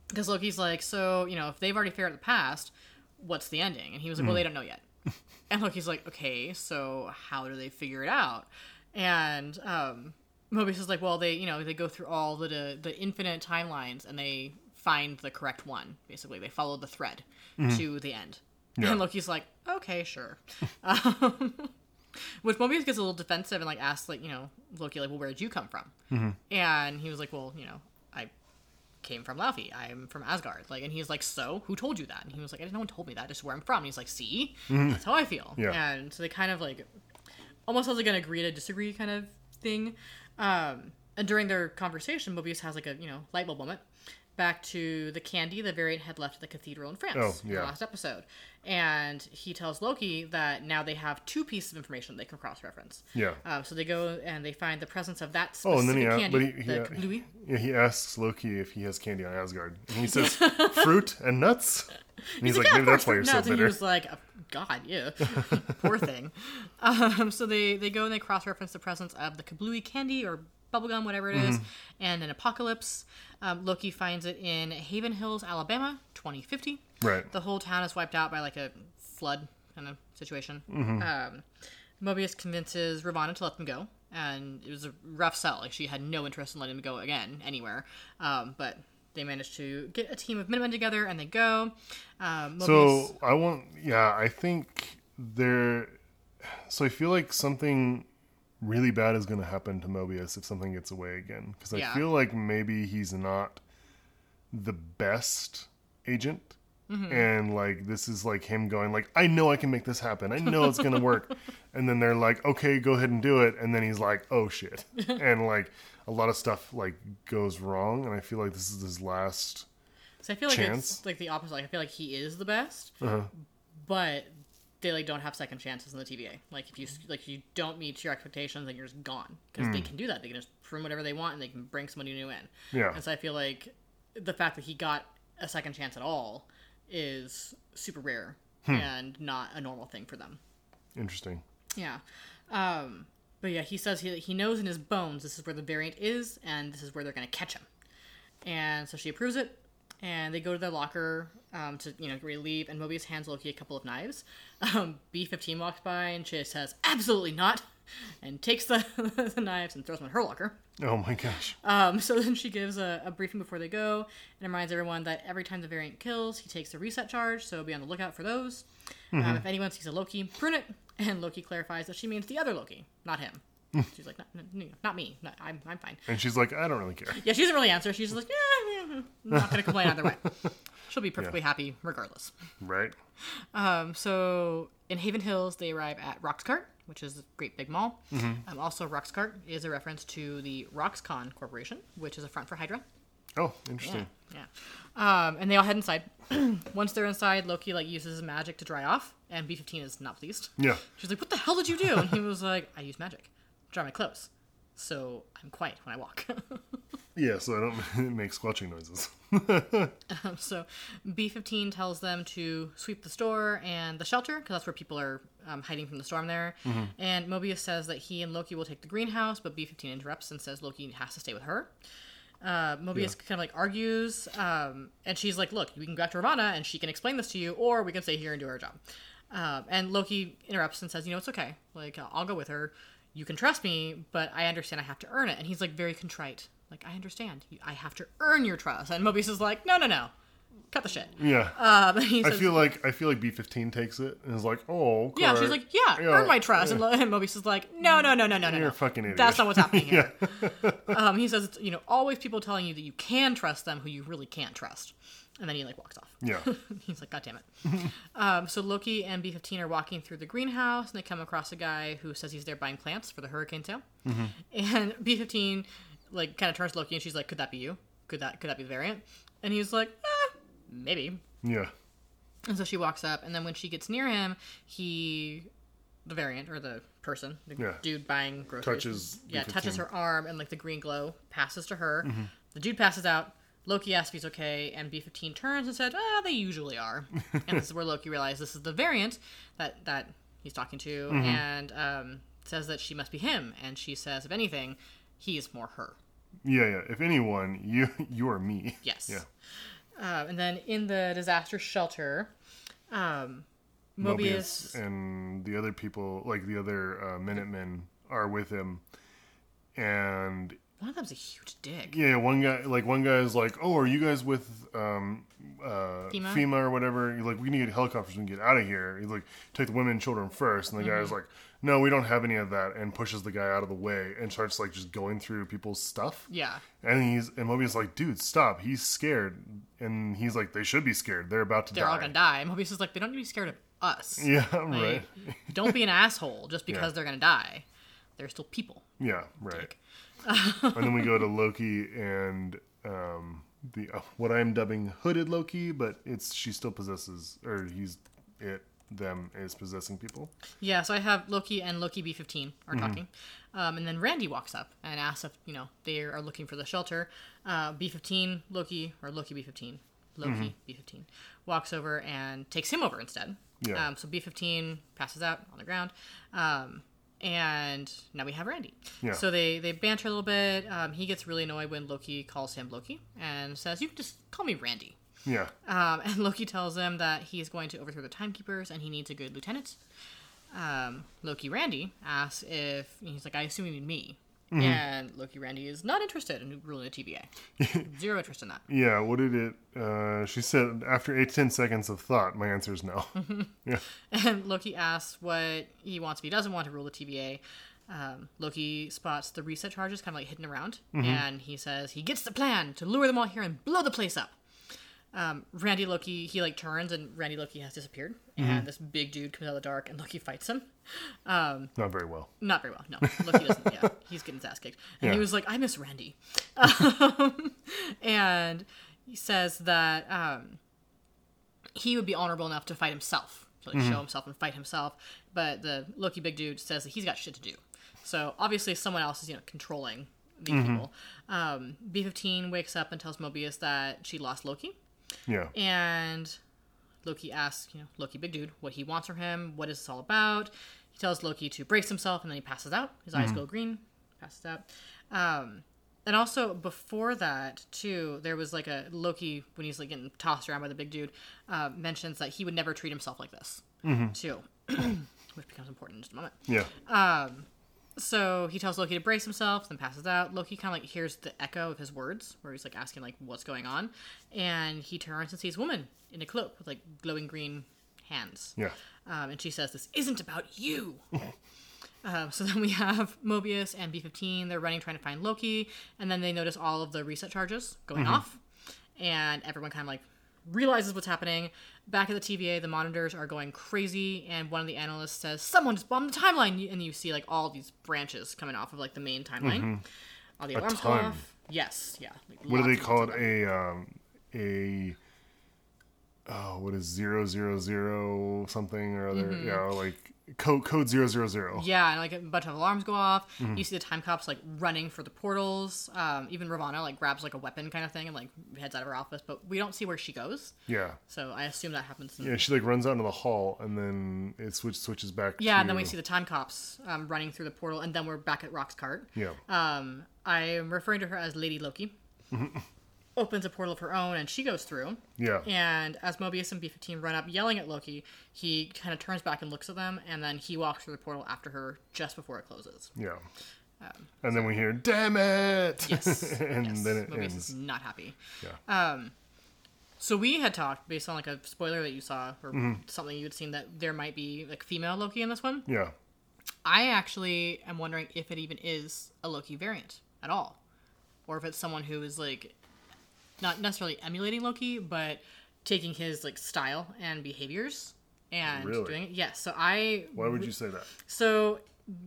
because Loki's like, so you know, if they've already figured out the past, what's the ending? And he was like, well, they don't know yet. [LAUGHS] and Loki's like, okay, so how do they figure it out? And um, Mobius is like, well, they you know they go through all the the, the infinite timelines and they find the correct one. Basically, they follow the thread to the end.
Yeah.
And Loki's like, okay, sure. [LAUGHS] um, which Mobius gets a little defensive and like asks like you know Loki like, well, where did you come from? And he was like, well, you know, I came from Laufey. I'm from Asgard. Like, and he's like, so who told you that? And he was like, I didn't. No one told me that. Just where I'm from. And he's like, see, that's how I feel.
Mm-hmm. Yeah.
And so they kind of like almost has like an agree to disagree kind of thing. Um, and during their conversation, Mobius has like a you know light bulb moment back to the candy the variant had left at the cathedral in France
Oh,
in the
yeah.
last episode, and he tells Loki that now they have two pieces of information they can cross reference.
Yeah.
Um, so they go and they find the presence of that specific
Oh, and then he, a-
candy,
but he, he,
the
uh,
Louis.
yeah, he asks Loki if he has candy on Asgard, and
[LAUGHS]
he says fruit and nuts. And he's, [LAUGHS] like,
"Yeah,
maybe
of
that's
course,
why you're so
nuts." And he
bitter.
was like, "Oh, God,
[LAUGHS]
yeah, poor thing. [LAUGHS] Um, so they they go and they cross reference the presence of the kablooey candy or bubblegum, whatever it
Mm-hmm.
is, and an apocalypse. Um, Loki finds it in Haven Hills, Alabama, 2050.
Right.
The whole town is wiped out by like a flood kind of situation.
Mm-hmm.
Um, Mobius convinces Ravana to let them go, and it was a rough sell. Like she had no interest in letting them go again anywhere. Um, but they managed to get a team of Minutemen together, and they go. Um, Mobius,
So I want, yeah, I think there. So I feel like something really bad is going to happen to Mobius if something gets away again, because I
Yeah.
feel like maybe he's not the best agent, and like this is like him going like, I know I can make this happen, I know it's going to work, and then they're like, okay, go ahead and do it, and then he's like, oh shit, and like a lot of stuff like goes wrong, and I feel like this is his last.
so I feel like
chance? Uh-huh.
it's like the opposite. Like I feel like he is the best, but they like don't have second chances in the TVA. Like if you like you don't meet your expectations, then you're just gone because
Hmm.
they can do that. They can just prune whatever they want, and they can bring somebody new in.
Yeah.
And so I feel like the fact that he got a second chance at all is super rare and not a normal thing for them.
Interesting.
Yeah. Um, but yeah, he says he, he knows in his bones this is where the variant is and this is where they're going to catch him. And so she approves it. And they go to their locker um, to, you know, really leave. And Mobius hands Loki a couple of knives. Um, B-15 walks by and she says, absolutely not. and takes the, [LAUGHS] the knives and throws them in her locker.
Oh my gosh.
Um, [LAUGHS] so then she gives a, a briefing before they go and reminds everyone that every time the variant kills, he takes a reset charge, so be on the lookout for those. Um, if anyone sees a Loki, prune it. [LAUGHS] And Loki clarifies that she means the other Loki, not him. She's like, not, no, not me. Not, I'm, I'm fine.
And she's like, I don't really [LAUGHS] care.
Yeah, she doesn't really answer. She's like, yeah, yeah, yeah. not going to complain either way. She'll be perfectly happy regardless.
Right?
Um, so in Haven Hills, they arrive at Roxcart, which is a great big mall. Um, also, Roxcart is a reference to the Roxcon Corporation, which is a front for Hydra.
Oh, interesting.
Yeah. Um, and they all head inside. [CLEARS THROAT] Once they're inside, Loki like uses his magic to dry off, and B15 is not pleased.
Yeah.
She's like, "What the hell did you do?" And he [LAUGHS] was like, "I use magic, dry my clothes, so I'm quiet when I walk." [LAUGHS]
yeah. so I don't [LAUGHS] make squelching noises. [LAUGHS]
[LAUGHS] so B15 tells them to sweep the store and the shelter because that's where people are um, hiding from the storm there. And Mobius says that he and Loki will take the greenhouse, but B15 interrupts and says Loki has to stay with her. Uh, Mobius kind of like argues, um, and she's like, "Look, we can go back to Ravana, and she can explain this to you, or we can stay here and do our job." Um, and Loki interrupts and says, "You know, it's okay. Like, I'll- I'll go with her. You can trust me, but I understand I have to earn it." And he's like very contrite, like, "I understand. You- I have to earn your trust." And Mobius is like, "No, no, no, cut the shit."
Yeah.
Um, [LAUGHS] and he
I
says,
feel Oh, like I feel like B15 takes it and is like, oh, okay.
"Yeah." She's like, "Yeah, earn my trust." And, Lo- and Mobius is like, "No, no, no, no, no, no,
You're
no.
a fucking idiot.
That's not
[LAUGHS]
what's happening here." um, he says, it's, "You know, always people telling you that you can trust them who you really can't trust," and then he like walks off.
[LAUGHS] Yeah.
[LAUGHS] He's like, God damn it. [LAUGHS] um, so Loki and B15 are walking through the greenhouse and they come across a guy who says he's there buying plants for the hurricane sale.
Mm-hmm.
[LAUGHS] And B15 like kind of turns to Loki and she's like, could that be you? Could that could that be the variant? And he's like, eh, maybe.
Yeah.
And so she walks up and then when she gets near him, he the variant or the person, the
Yeah.
dude buying groceries.
Touches
yeah,
B15.
touches her arm and like the green glow passes to her.
Mm-hmm.
The dude passes out. Loki asks if he's okay, and B15 turns and said, "Ah, they usually are." and this is where Loki realizes this is the variant that that he's talking to,
Mm-hmm.
and um, says that she must be him. And she says, if anything, he is more her.
Yeah. Yeah. If anyone, you [LAUGHS] you are me.
Yes.
Yeah.
Um, and then in the disaster shelter, um, Mobius
and the other people, like the other uh, Minutemen, are with him, and
one of them's a huge dick.
Yeah, one guy like one guy is like, "Oh, are you guys with um, uh,
FEMA?
FEMA? or whatever?" You're like, "We need helicopters and get out of here." He's like, "Take the women and children first. and the
Mm-hmm.
guy is like, "No, we don't have any of that," and pushes the guy out of the way and starts like just going through people's stuff.
Yeah.
And he's and Mobius is like, "Dude, stop! He's scared." And he's like, "They should be scared. They're about to
they're
die."
all gonna die. And Mobius is like, they don't need to be scared of us.
[LAUGHS] Yeah, right.
Like, don't be an asshole just because they're gonna die. They're still people.
Yeah, right. [LAUGHS] and then we go to Loki and um, the uh, what I'm dubbing hooded Loki, but it's she still possesses or he's it them is possessing people.
Yeah, so I have Loki and Loki B15 are
Mm-hmm.
talking. Um, and then Randy walks up and asks if, you know, they are looking for the shelter. Uh, B15, Loki, or Loki B15, Loki
Mm-hmm.
B15, walks over and takes him over instead.
Yeah.
Um, so B15 passes out on the ground. Um, and now we have Randy.
Yeah.
So they, they banter a little bit. Um, he gets really annoyed when Loki calls him Loki and says, You can just call me Randy.
Yeah,
Um, and Loki tells him that he is going to overthrow the timekeepers and he needs a good lieutenant. Um, Loki Randy asks if he's like, I assume you need me. And Loki Randy is not interested in ruling the TBA. Zero interest in that.
yeah. What did it? Uh, she said after eight to ten seconds of thought, my answer is
[LAUGHS]
no. [LAUGHS] yeah,
And Loki asks what he wants if he doesn't want to rule the TBA. Um, Loki spots the reset charges kind of like hidden around, and he says he gets the plan to lure them all here and blow the place up. Um, Randy Loki he like turns and Randy Loki has disappeared, and this big dude comes out of the dark and Loki fights him.
not very well.
Not very well. No, Loki doesn't. yeah, he's getting his ass kicked. And he
Yeah.
was like, "I miss Randy," [LAUGHS] um, and he says that um, he would be honorable enough to fight himself, to like show himself and fight himself. But the Loki big dude says that he's got shit to do. So obviously, someone else is you know controlling these people. Um, B fifteen wakes up and tells Mobius that she lost Loki,
Yeah,
and Loki asks, you know, Loki, big dude, what he wants from him, what is this all about? He tells Loki to brace himself, and then he passes out. His eyes go green, passes out. Um, and also before that, too, there was like a Loki when he's like getting tossed around by the big dude, uh, mentions that he would never [CLEARS THROAT] Ah. treat himself like this, too, which becomes important in just a moment
yeah,
So he tells Loki to brace himself, then passes out. Loki kind of like hears the echo of his words, where he's like asking like what's going on, and he turns and sees a woman in a cloak with like glowing green hands,
Yeah.
um, and she says, "This isn't about
[LAUGHS]
you." um, so then we have Mobius and B fifteen. They're running trying to find Loki, and then they notice all of the reset charges going
Mm-hmm.
off, and everyone kind of like realizes what's happening. Back at the TVA, the monitors are going crazy, and one of the analysts says, "Someone just bombed the timeline," and you see like all these branches coming off of like the main timeline. All the alarms go
Mm-hmm. ton.
off. Yes, yeah. like,
What do
lots
they
and
call
lots
it?
of them.
A um, a oh, what is zero zero zero something or other?
Mm-hmm.
Yeah, or like code code zero zero zero.
Yeah, and like a bunch of alarms go off.
Mm-hmm.
You see the time cops like running for the portals. Um, even Ravana like grabs like a weapon kind of thing and like heads out of her office, but we don't see where she goes.
Yeah.
So I assume that happens. In-
Yeah, she like runs out into the hall and then it switch switches back.
yeah,
to,
and then we see the time cops um, running through the portal, and then we're back at Rock's cart.
yeah,
Um, I am referring to her as Lady Loki. [LAUGHS] Opens a portal of her own, and she goes through.
Mm-hmm. yeah,
And as Mobius and B15 run up yelling at Loki, he kind of turns back and looks at them, and then he walks through the portal after her just before it closes.
yeah. and then we hear "Damn it!"
Um,
[LAUGHS]
Yes.
and
yes.
then it
Mobius
ends.
is not happy.
Yeah.
Um, so we had talked based on like a spoiler that you saw or
Mm-hmm.
something you had seen that there might be like female Loki in this one.
Yeah,
I actually am wondering if it even is a Loki variant at all, or if it's someone who is like not necessarily emulating Loki, but taking his like style and behaviors and
Really?
doing it. Yes. So I
why would you say that?
so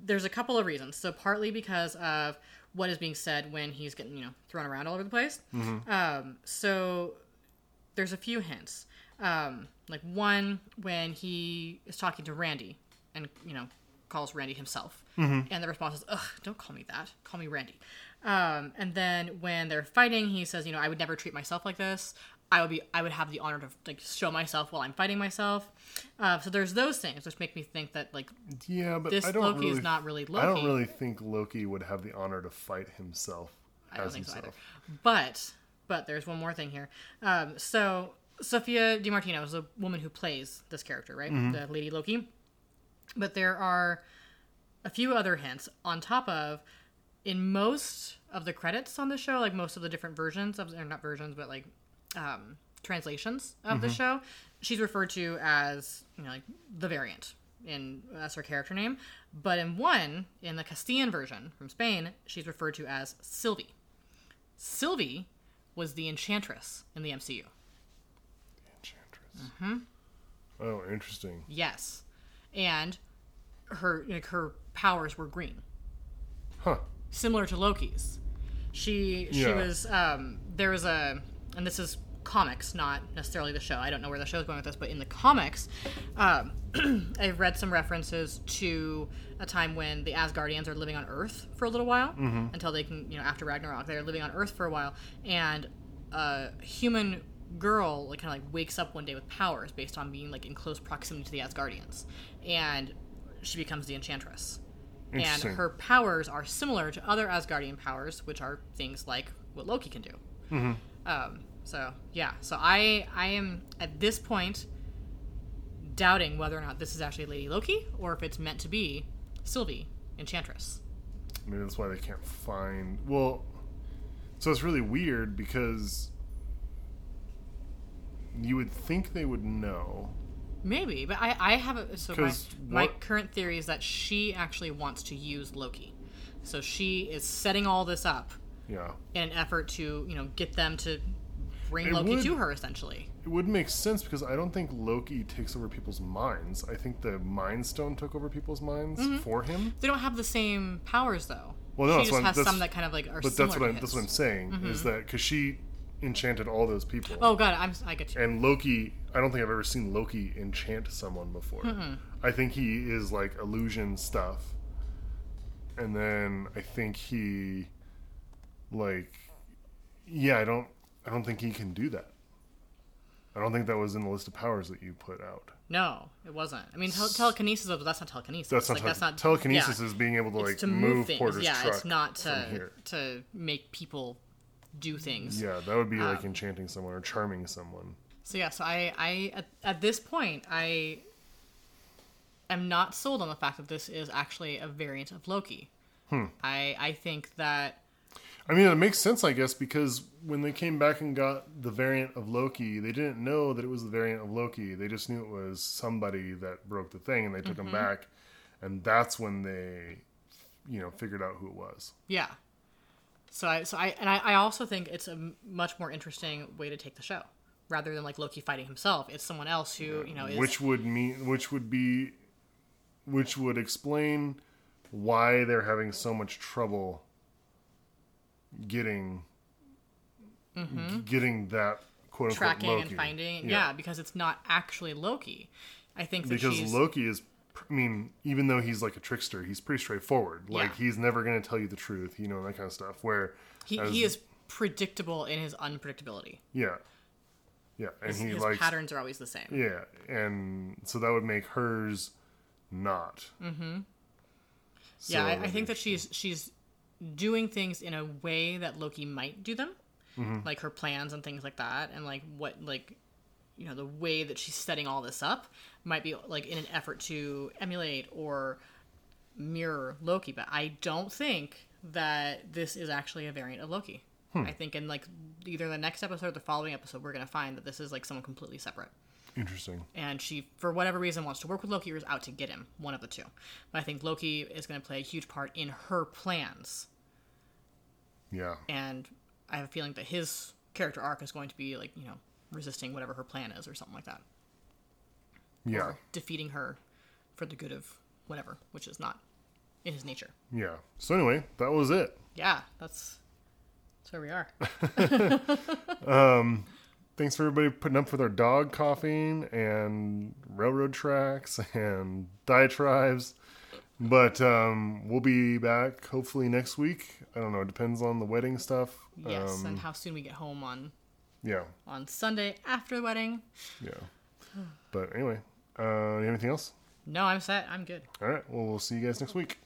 there's a couple of reasons. So partly because of what is being said when he's getting you know thrown around all over the place. Um, so there's a few hints. Um, like one when he is talking to Randy and you know calls Randy himself, and the response is, "Ugh, don't call me that. Call me Randy." Um, and then when they're fighting, he says, "You know, I would never treat myself like this. I would be, I would have the honor to like show myself while I'm fighting myself." Uh, so there's those things which make me think that like
Yeah, but
this
I don't
Loki
really,
is not really Loki.
I don't really think Loki would have the honor to fight himself
I don't
as
think so
himself.
either. But but there's one more thing here. Um, so Sophia DiMartino is the woman who plays this character, right?
Mm-hmm.
The Lady Loki. But there are a few other hints on top of in most of the credits on the show, like most of the different versions of or not versions, but like um, translations of
Mm-hmm.
the show, she's referred to as you know like the variant in that's her character name. But in one, in the Castilian version from Spain, she's referred to as Sylvie. Sylvie was the enchantress in the MCU.
Enchantress.
Mm-hmm.
Oh, interesting.
Yes, and her like, her powers were green.
Huh.
similar to Loki's. She she
Yeah.
was um, there was a and this is comics, not necessarily the show. I don't know where the show's going with this, but in the comics, um, [CLEARS THROAT] I've read some references to a time when the Asgardians are living on Earth for a little while until they can you know after Ragnarok they're living on Earth for a while and a human girl like kind of like wakes up one day with powers based on being like in close proximity to the Asgardians and she becomes the enchantress and
Interesting.
her powers are similar to other Asgardian powers, which are things like what Loki can do.
Mm-hmm.
Um, so yeah, so I I am at this point doubting whether or not this is actually Lady Loki or if it's meant to be Sylvie Enchantress.
Maybe that's why they can't find. Well, so it's really weird because you would think they would know.
Maybe, but I, I have a, so my,
'Cause
my
what-
current theory is that she actually wants to use Loki, so she is setting all this up
Yeah.
in an effort to you know get them to bring
It
Loki
would-
to her essentially.
It would make sense because I don't think Loki takes over people's minds. I think the Mind Stone took over people's minds for him.
They don't have the same powers though.
Well, no,
she
that's
just
what I'm-
has
that's-
some that kind of like are
But
similar.
that's what I'm,
to
that's
his.
what I'm saying is that because she enchanted all those people.
Oh god, I'm I get you.
and Loki, I don't think I've ever seen Loki enchant someone before.
Mm-hmm.
I think he is like illusion stuff, and then I think he, like, yeah, I don't, I don't think he can do that. I don't think that was in the list of powers that you put out.
No, it wasn't. I mean, tel- telekinesis, but that's not telekinesis.
That's not,
like,
tele-
that's not
telekinesis
yeah.
is being able to
It's
like
to
move,
move things.
Porter's
yeah,
truck.
it's not
from
to
here.
to make people do things.
Yeah, that would be like
Um,
enchanting someone or charming someone.
So yeah, so I I at, at this point I am not sold on the fact that this is actually a variant of Loki.
Hmm.
I I think that
I mean, it makes sense, I guess, because when they came back and got the variant of Loki, they didn't know that it was the variant of Loki. They just knew it was somebody that broke the thing, and they took him
Mm-hmm.
back, and that's when they, you know, figured out who it was.
yeah. So I so I and I, I also think it's a m- much more interesting way to take the show rather than like Loki fighting himself. It's someone else who you know is
which would mean which would be which would explain why they're having so much trouble getting g- getting that quote unquote
Mm-hmm. tracking
Loki.
and finding.
Yeah.
Yeah. because it's not actually Loki. I think that
because
she's,
Loki is I mean even though he's like a trickster he's pretty straightforward like
Yeah.
he's never going to tell you the truth you know that kind of stuff where
he,
as-
he is predictable in his unpredictability.
yeah yeah and
His,
he
his
likes
patterns are always the same.
yeah and so that would make hers not
Mm.
mm-hmm
yeah, I, I think that she's she's doing things in a way that Loki might do them, like her plans and things like that, and like what like you know the way that she's setting all this up might be like in an effort to emulate or mirror Loki. But I don't think that this is actually a variant of Loki. I think in like either the next episode or the following episode, we're gonna find that this is like someone completely separate
interesting
and she for whatever reason wants to work with loki or is out to get him one of the two but i think loki is going to play a huge part in her plans
yeah
and i have a feeling that his character arc is going to be like you know resisting whatever her plan is or something like that
yeah
or defeating her for the good of whatever which is not in his nature
Yeah. So anyway, that was it.
yeah that's that's where
[LAUGHS]
we are
Thanks for everybody putting up with our dog coughing and railroad tracks [LAUGHS] and diatribes. But um, we'll be back hopefully next week. I don't know. It depends on the wedding stuff.
yes
Um,
and how soon we get home on
yeah.
on sunday after the wedding
Yeah. But anyway, uh, you have anything else?
no i'm set i'm good
All right. Well, we'll see you guys next week.